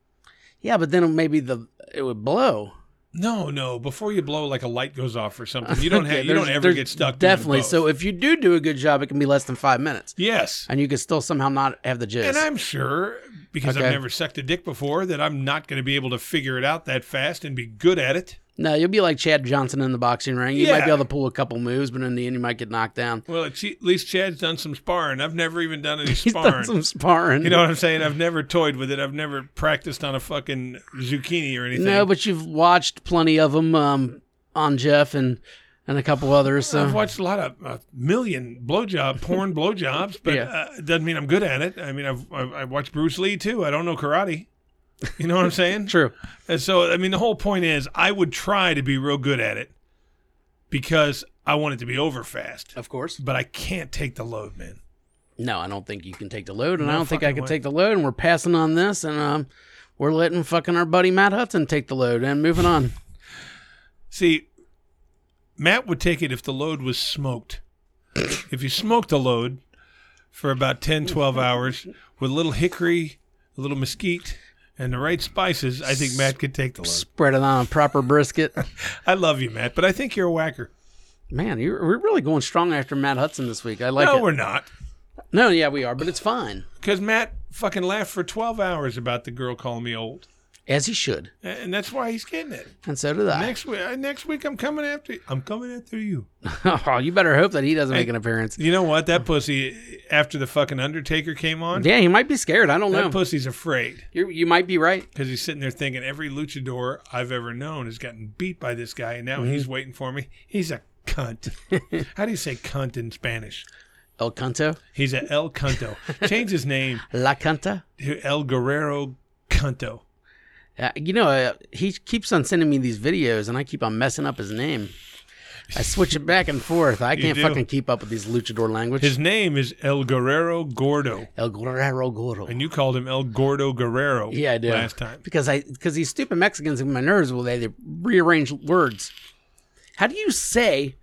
Speaker 2: Yeah, but then maybe the it would blow.
Speaker 1: No, no. Before you blow, like a light goes off or something. You don't
Speaker 2: Okay,
Speaker 1: have. You don't
Speaker 2: there's-
Speaker 1: ever
Speaker 2: there's
Speaker 1: get stuck. doing
Speaker 2: Definitely.
Speaker 1: both.
Speaker 2: So if you do do a good job, it can be less than five minutes,
Speaker 1: yes,
Speaker 2: and you can still somehow not have the jizz.
Speaker 1: And I'm sure because
Speaker 2: Okay.
Speaker 1: I've never sucked a dick before that I'm not going to be able to figure it out that fast and be good at it.
Speaker 2: no, you'll be like Chad Johnson in the boxing ring. You might
Speaker 1: Yeah.
Speaker 2: be able to pull a couple moves, but in the end, you might get knocked down.
Speaker 1: Well, at che- least Chad's done some sparring. I've never even done any
Speaker 2: He's
Speaker 1: sparring.
Speaker 2: done some sparring.
Speaker 1: you know what I'm saying? I've never toyed with it. I've never practiced on a fucking zucchini or anything.
Speaker 2: no, but you've watched plenty of them um, on Jeff and and a couple others.
Speaker 1: I've
Speaker 2: So
Speaker 1: watched a lot of a million blowjob porn blowjobs, but
Speaker 2: Yeah.
Speaker 1: uh, it doesn't mean I'm good at it. I mean, I've I, I watched Bruce Lee too. I don't know karate. You know what I'm saying?
Speaker 2: true.
Speaker 1: And so, I mean, the whole point is I would try to be real good at it because I want it to be over fast,
Speaker 2: Of course.
Speaker 1: but I can't take the load, man.
Speaker 2: No, I don't think you can take the load, and
Speaker 1: No
Speaker 2: I don't think I
Speaker 1: fucking
Speaker 2: can
Speaker 1: way.
Speaker 2: take the load. And we're passing on this, and um, we're letting fucking our buddy Matt Hudson take the load, and moving on.
Speaker 1: See, Matt would take it if the load was smoked. if you smoked a load for about 10, 12 hours with a little hickory, a little mesquite, and the right spices, I think Matt could take the load.
Speaker 2: Spread it on a proper brisket.
Speaker 1: I love you, Matt, but I think you're a whacker.
Speaker 2: Man, you're, we're really going strong after Matt Hudson this week. I like
Speaker 1: no,
Speaker 2: it.
Speaker 1: we're not.
Speaker 2: No, yeah, we are, but it's fine.
Speaker 1: Because Matt fucking laughed for 12 hours about the girl calling me old.
Speaker 2: as he should.
Speaker 1: and that's why he's getting it.
Speaker 2: And so did I.
Speaker 1: Next week, uh, next week I'm coming after you. I'm coming after you.
Speaker 2: oh, you better hope that he doesn't make
Speaker 1: Hey.
Speaker 2: an appearance.
Speaker 1: You know what? That pussy after the fucking Undertaker came on.
Speaker 2: Yeah, he might be scared. I don't
Speaker 1: that
Speaker 2: know.
Speaker 1: pussy's afraid
Speaker 2: you you might be right.
Speaker 1: because he's sitting there thinking every luchador I've ever known has gotten beat by this guy, and now
Speaker 2: Mm-hmm.
Speaker 1: he's waiting for me. He's a cunt. How do you say cunt in Spanish?
Speaker 2: El Canto,
Speaker 1: He's a El Cunto. Change his name
Speaker 2: La Canta.
Speaker 1: to El Guerrero Cunto.
Speaker 2: Uh, you know, uh, he keeps on sending me these videos, and I keep on messing up his name. I switch it back and forth. I can't
Speaker 1: do.
Speaker 2: fucking keep up with these luchador language.
Speaker 1: His name is El Guerrero Gordo,
Speaker 2: El Guerrero Gordo.
Speaker 1: and you called him El Gordo Guerrero.
Speaker 2: Yeah, I do.
Speaker 1: Last time.
Speaker 2: because I because these stupid Mexicans in my nerves will they, they rearrange words. How do you say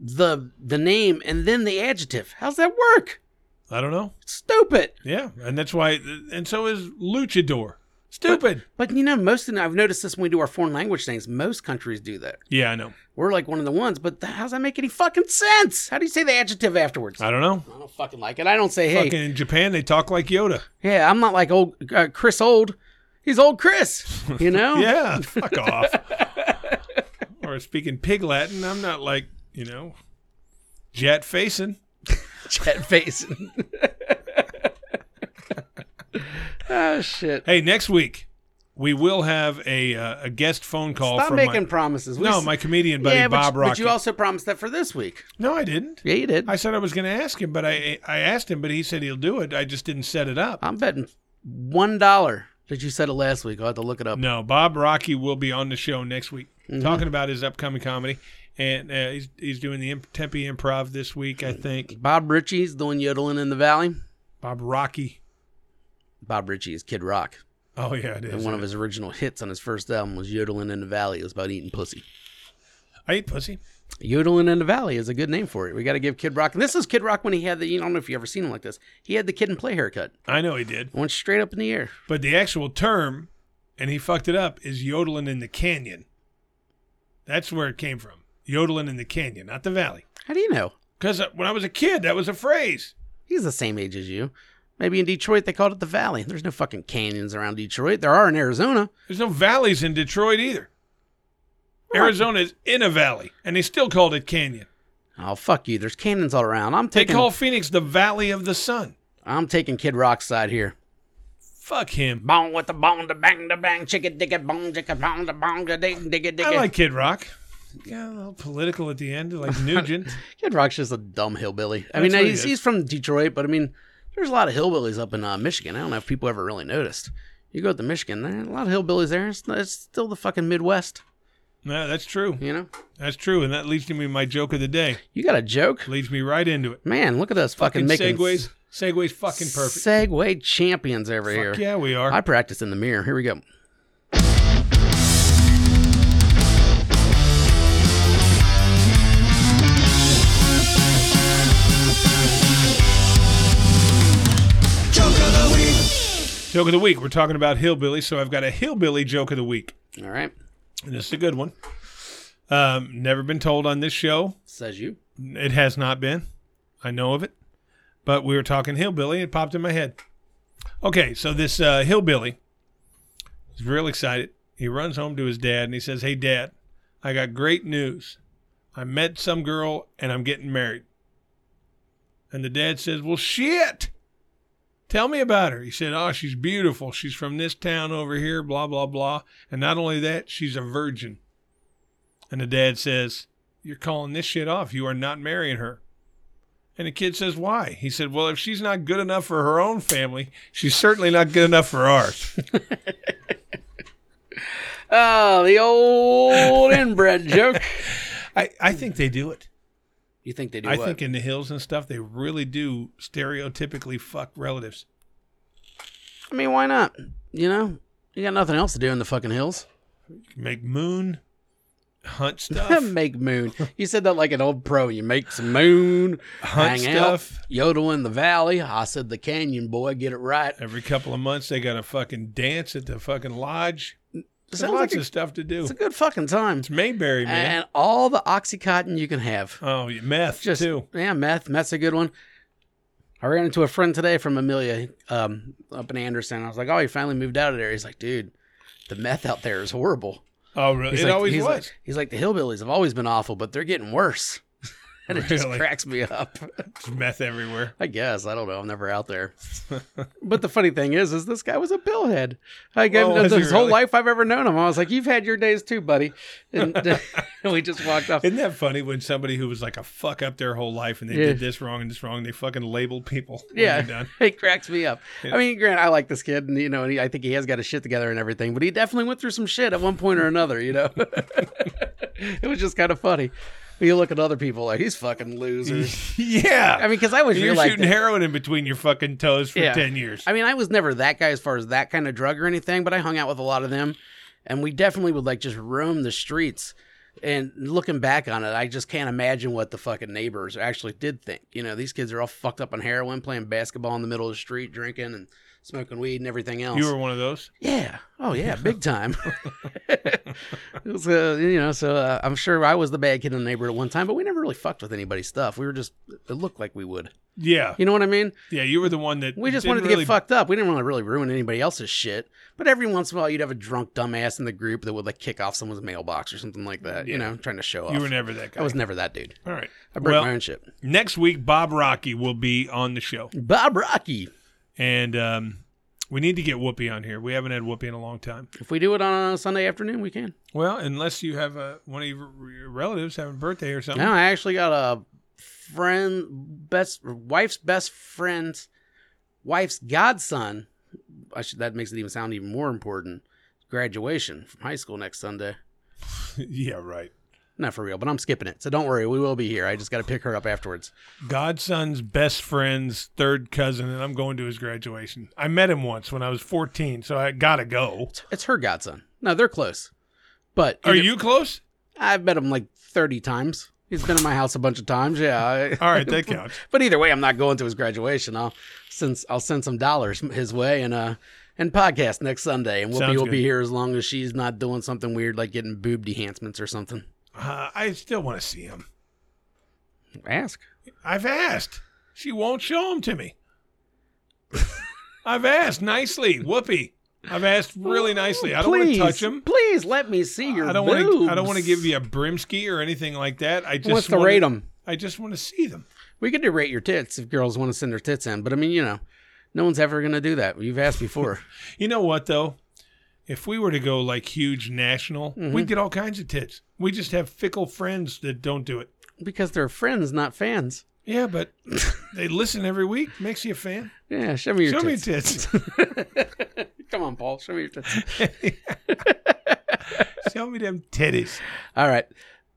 Speaker 2: the the name and then the adjective? How's that work?
Speaker 1: I don't know.
Speaker 2: Stupid.
Speaker 1: Yeah, and that's why. And so is luchador. Stupid.
Speaker 2: But you know, most of the, I've noticed this when we do our foreign language things. Most countries do that.
Speaker 1: yeah, I know.
Speaker 2: We're like one of the ones, but th- how's that make any fucking sense? How do you say the adjective afterwards? I
Speaker 1: I don't know.
Speaker 2: don't fucking like it. I don't say hey.
Speaker 1: Fucking in Japan, they talk like Yoda.
Speaker 2: Yeah, I'm not like old uh, Chris old. He's old Chris, you know?
Speaker 1: Yeah, fuck off. Or speaking pig Latin, I'm not like you know, jet facing.
Speaker 2: Chet face. oh shit.
Speaker 1: Hey, next week we will have a uh, a guest phone call
Speaker 2: Stop
Speaker 1: from
Speaker 2: making
Speaker 1: my,
Speaker 2: promises. We
Speaker 1: no
Speaker 2: s-
Speaker 1: my comedian buddy
Speaker 2: yeah, but
Speaker 1: Bob
Speaker 2: you-
Speaker 1: Rock.
Speaker 2: But you also promised that for this week.
Speaker 1: no, I didn't.
Speaker 2: Yeah, you did.
Speaker 1: I said I was going to ask him, but I I asked him, but he said he'll do it. I just didn't set it up.
Speaker 2: I'm betting one dollar that you said it last week. I'll have to look it up.
Speaker 1: No, Bob Rocky will be on the show next week
Speaker 2: Mm-hmm.
Speaker 1: talking about his upcoming comedy, and uh, he's he's doing the Imp- Tempe Improv this week, I think.
Speaker 2: Bob Ritchie's doing yodeling in the valley.
Speaker 1: Bob Rocky.
Speaker 2: Bob Ritchie is Kid Rock.
Speaker 1: Oh yeah, it
Speaker 2: And
Speaker 1: is.
Speaker 2: one of his original hits on his first album was Yodeling in the Valley. It was about eating pussy.
Speaker 1: I eat pussy.
Speaker 2: Yodeling in the Valley is a good name for it. We got to give Kid Rock. And this is Kid Rock when he had the, you don't know if you ever seen him like this. He had the kid and play haircut.
Speaker 1: I know he did,
Speaker 2: It went straight up in the air.
Speaker 1: but the actual term, and he fucked it up, is yodeling in the canyon. That's where it came from. Yodeling in the canyon, not the valley.
Speaker 2: How do you know?
Speaker 1: Because when I was a kid, that was a phrase.
Speaker 2: He's the same age as you. Maybe in Detroit they called it the Valley. There's no fucking canyons around Detroit. There are in Arizona.
Speaker 1: There's no valleys in Detroit either. Arizona is in a valley, and they still called it canyon.
Speaker 2: Oh fuck you. There's canyons all around. I'm
Speaker 1: They
Speaker 2: taking
Speaker 1: call Phoenix the Valley of the Sun.
Speaker 2: I'm taking Kid Rock's side here.
Speaker 1: Fuck him.
Speaker 2: Bong with the bong da bang da bang chicka digga bong chicka bong da bong da ding digga digga.
Speaker 1: I like Kid Rock. Got a little political at the end, like Nugent.
Speaker 2: Kid Rock's just a dumb hillbilly. I mean,
Speaker 1: what he
Speaker 2: he's,
Speaker 1: is.
Speaker 2: he's from Detroit, but I mean, there's a lot of hillbillies up in uh, Michigan. I don't know if people ever really noticed. You go up to Michigan, there are a lot of hillbillies there. It's, it's still the fucking Midwest,
Speaker 1: no, that's true.
Speaker 2: you know?
Speaker 1: That's true, and that leads to me my joke of the day.
Speaker 2: You got a joke?
Speaker 1: Leads me right into it.
Speaker 2: Man, look at us fucking,
Speaker 1: Fucking
Speaker 2: making
Speaker 1: segues. Segues fucking perfect.
Speaker 2: Segway champions over here.
Speaker 1: Fuck yeah, we are.
Speaker 2: I practice in the mirror. Here we go.
Speaker 3: Joke of the week.
Speaker 1: Joke of the week. We're talking about hillbilly, so I've got a hillbilly joke of the week,
Speaker 2: All right.
Speaker 1: and it's a good one. Um, never been told on this show.
Speaker 2: Says you.
Speaker 1: It has not been. I know of it. But we were talking hillbilly. It popped in my head. Okay, so this uh, hillbilly is real excited. He runs home to his dad and he says, Hey, dad, I got great news. I met some girl and I'm getting married. And the dad says, Well, shit. Tell me about her. He said, Oh, she's beautiful. She's from this town over here, blah, blah, blah. And not only that, she's a virgin. And the dad says, You're calling this shit off. You are not marrying her. And the kid says, Why? He said, Well, if she's not good enough for her own family, she's certainly not good enough for ours.
Speaker 2: Oh, the old inbred joke.
Speaker 1: I, I think they do it.
Speaker 2: You think they do
Speaker 1: I
Speaker 2: what?
Speaker 1: think in the hills and stuff, they really do stereotypically fuck relatives.
Speaker 2: I mean, why not? You know, you got nothing else to do in the fucking hills.
Speaker 1: Make moon, hunt stuff.
Speaker 2: make moon. You said that like an old pro. You make some moon,
Speaker 1: Hunt
Speaker 2: hang
Speaker 1: stuff.
Speaker 2: out, yodel in the valley. I said the canyon boy, get it right.
Speaker 1: Every couple of months, they got a fucking dance at the fucking lodge. There's
Speaker 2: Sounds
Speaker 1: lots
Speaker 2: like a-
Speaker 1: of stuff to do.
Speaker 2: It's a good fucking time,
Speaker 1: It's Mayberry, man.
Speaker 2: and all the oxycontin you can have.
Speaker 1: oh, yeah, meth,
Speaker 2: Just
Speaker 1: too.
Speaker 2: yeah, meth. Meth's a good one. I ran into a friend today from Amelia um, up in Anderson. I was like, "Oh, you finally moved out of there." He's like, "Dude, the meth out there is horrible.
Speaker 1: Oh, really? it
Speaker 2: like,
Speaker 1: always
Speaker 2: he's
Speaker 1: was.
Speaker 2: Like, he's like the hillbillies have always been awful, but they're getting worse. and it just
Speaker 1: Really?
Speaker 2: cracks me up.
Speaker 1: There's meth everywhere.
Speaker 2: I guess I don't know. I'm never out there. but the funny thing is, is this guy was a billhead. Like
Speaker 1: Well,
Speaker 2: I've-
Speaker 1: was he
Speaker 2: his whole
Speaker 1: really?
Speaker 2: life I've ever known him, I was like, "You've had your days too, buddy." And we just walked off.
Speaker 1: Isn't that funny when somebody who was like a fuck up their whole life and they
Speaker 2: Yeah.
Speaker 1: did this wrong and this wrong, they fucking labeled people. when
Speaker 2: yeah,
Speaker 1: they're done?
Speaker 2: it cracks me up. I mean, Grant, I like this kid, and you know, and he, I think he has got his shit together and everything, but he definitely went through some shit at one point or another. You know, it was just kind of funny. You look at other people like he's fucking losers.
Speaker 1: yeah.
Speaker 2: I mean, because I was
Speaker 1: you're
Speaker 2: like
Speaker 1: shooting heroin in between your fucking toes for
Speaker 2: Yeah.
Speaker 1: 10 years.
Speaker 2: I mean, I was never that guy as far as that kind of drug or anything, but I hung out with a lot of them, and we definitely would like just roam the streets. And looking back on it, I just can't imagine what the fucking neighbors actually did think. You know, these kids are all fucked up on heroin, playing basketball in the middle of the street, drinking and smoking weed and everything else.
Speaker 1: you were one of those.
Speaker 2: yeah, oh yeah, big time. it was, uh, you know, so uh, I'm sure I was the bad kid in the neighborhood at one time, but we never really fucked with anybody's stuff. We were just it looked like we would.
Speaker 1: Yeah.
Speaker 2: You know what I mean?
Speaker 1: Yeah. You were the one that.
Speaker 2: We just
Speaker 1: didn't
Speaker 2: wanted to
Speaker 1: really-
Speaker 2: get fucked up. We didn't want to really ruin anybody else's shit. But every once in a while, you'd have a drunk dumbass in the group that would like kick off someone's mailbox or something like that. You know, trying to show off.
Speaker 1: You were never that guy.
Speaker 2: I was never that dude.
Speaker 1: All right.
Speaker 2: I broke
Speaker 1: Well,
Speaker 2: my own shit.
Speaker 1: next week, Bob Rocky will be on the show.
Speaker 2: Bob Rocky.
Speaker 1: And um, we need to get Whoopi on here. We haven't had Whoopi in a long time.
Speaker 2: If we do it on a Sunday afternoon, we can.
Speaker 1: Well, unless you have a, one of your your relatives having a birthday or something.
Speaker 2: No, I actually got a friend, best wife's best friend's wife's godson. I should, that makes it even sound even more important. Graduation from high school next Sunday.
Speaker 1: yeah, right.
Speaker 2: Not for real, but I'm skipping it. So don't worry, we will be here. I just got to pick her up afterwards.
Speaker 1: Godson's best friend's third cousin, and I'm going to his graduation. I met him once when I was 14, so I gotta go.
Speaker 2: It's her godson. No, they're close. But
Speaker 1: Are you close?
Speaker 2: I've met him like 30 times. He's been in my house a bunch of times. Yeah. I-
Speaker 1: All right, that counts.
Speaker 2: but either way, I'm not going to his graduation. I'll since I'll send some dollars his way and uh and podcast next Sunday, and Whoopi
Speaker 1: Sounds
Speaker 2: will
Speaker 1: good.
Speaker 2: be here as long as she's not doing something weird like getting boob enhancements or something.
Speaker 1: Uh, I still want to see him.
Speaker 2: Ask.
Speaker 1: I've asked. She won't show him to me. I've asked nicely, Whoopi. I've asked really nicely. I don't want to
Speaker 2: Please,
Speaker 1: touch him.
Speaker 2: Please let me see your.
Speaker 1: I don't want
Speaker 2: boobs.
Speaker 1: to. I don't want to give you a brimski or anything like that. I just
Speaker 2: What's the
Speaker 1: wanna-
Speaker 2: rate 'em?
Speaker 1: I just want to see them.
Speaker 2: We could do rate your tits if girls want to send their tits in, but I mean, you know, no one's ever gonna do that. You've asked before.
Speaker 1: You know what though? If we were to go like huge national, we'd get all kinds of tits. We just have fickle friends that don't do it.
Speaker 2: Because they're friends, not fans.
Speaker 1: Yeah, but they listen every week. Makes you a fan.
Speaker 2: Yeah, show me your
Speaker 1: Show me tits.
Speaker 2: tits. Come on, Paul, show me your tits.
Speaker 1: Show me them titties.
Speaker 2: All right,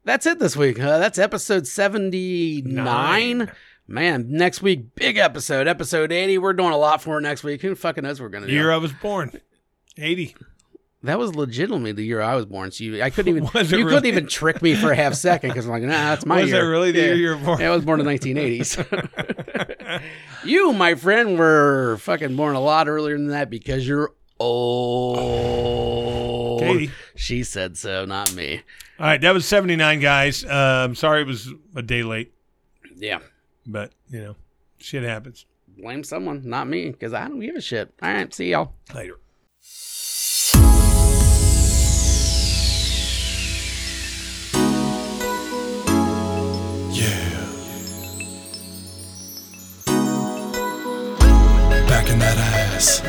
Speaker 2: that's it this week. Uh, that's episode seventy-nine.
Speaker 1: Nine.
Speaker 2: Man, next week big episode, episode eighty. We're doing a lot for next week. Who fucking knows what we're gonna do?
Speaker 1: Year I was born, eighty.
Speaker 2: That was legitimately the year I was born. So you, I couldn't even
Speaker 1: Was it
Speaker 2: you couldn't
Speaker 1: really?
Speaker 2: even trick me for a half second because I'm like, nah, that's my
Speaker 1: Was
Speaker 2: year.
Speaker 1: that really the
Speaker 2: Yeah.
Speaker 1: year you were born?
Speaker 2: Yeah, I was born in 1980s. you, my friend, were fucking born a lot earlier than that because you're old.
Speaker 1: Katie.
Speaker 2: She said so, not me.
Speaker 1: All right, that was seventy nine, guys. Um, sorry it was a day late,
Speaker 2: Yeah.
Speaker 1: but you know, shit happens.
Speaker 2: Blame someone, not me, because I don't give a shit. All right, see y'all.
Speaker 1: Later.
Speaker 3: Yeah. Back in that ass.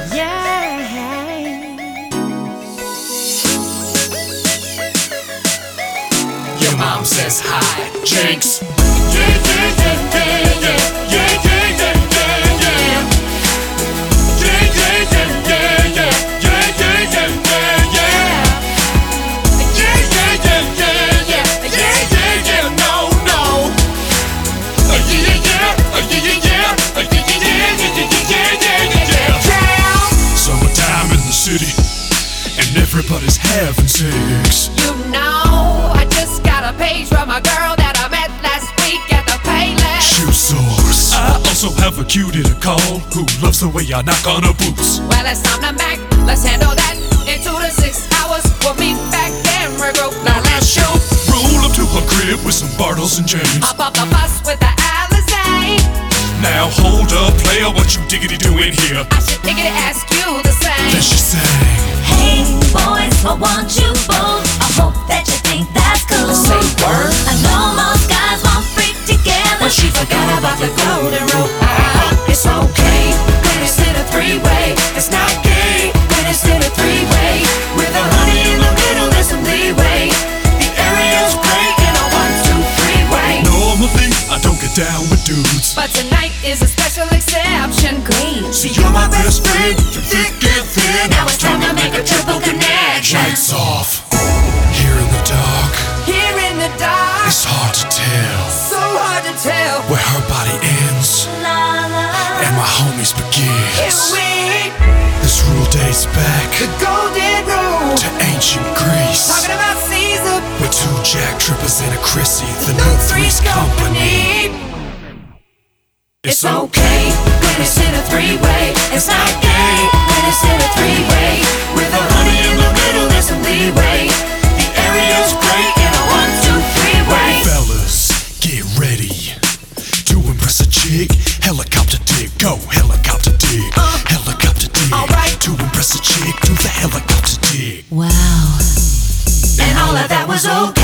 Speaker 3: Yeah. Your mom says hi, Jinx.
Speaker 6: Summertime in the city, and everybody's having sex.
Speaker 7: You know, I just got a page from a girl that I met last week at the Payless.
Speaker 6: Shoe source. I also have a cutie to call who loves the way I knock on her boots.
Speaker 7: Well, it's time to Mac. Let's handle that. In two to six hours, we'll meet back and regroup. Now let's shoot.
Speaker 6: Roll up to her crib with some Bartles and James.
Speaker 7: Up off the bus with the Alizé.
Speaker 6: Now hold up, player, what you diggity doing here?
Speaker 7: I should think it ask you the
Speaker 6: Then
Speaker 7: same.
Speaker 6: she sang.
Speaker 8: Hey, boys,
Speaker 6: off. Here in the dark,
Speaker 7: Here in the dark,
Speaker 6: it's hard to tell
Speaker 7: so hard to tell.
Speaker 6: where her body ends and my homies begins.
Speaker 7: Wait,
Speaker 6: This rule dates
Speaker 7: the
Speaker 6: back
Speaker 7: golden rule.
Speaker 6: to ancient Greece,
Speaker 7: Talking about Caesar,
Speaker 6: with two Jack Trippers and a Chrissy, the
Speaker 7: no
Speaker 6: New
Speaker 7: three's
Speaker 6: Three's Company.
Speaker 7: company. It's
Speaker 6: It's
Speaker 7: okay when it's in a three-way. It's not gay when it's in a three-way. With a honey in the middle and some leeway. The area's great in a one-two-three-way.
Speaker 6: Fellas, get ready to impress a chick. Helicopter dick, go helicopter dick, helicopter dick.
Speaker 7: alright.
Speaker 6: To impress a chick, do the helicopter dick.
Speaker 7: And all of that was okay.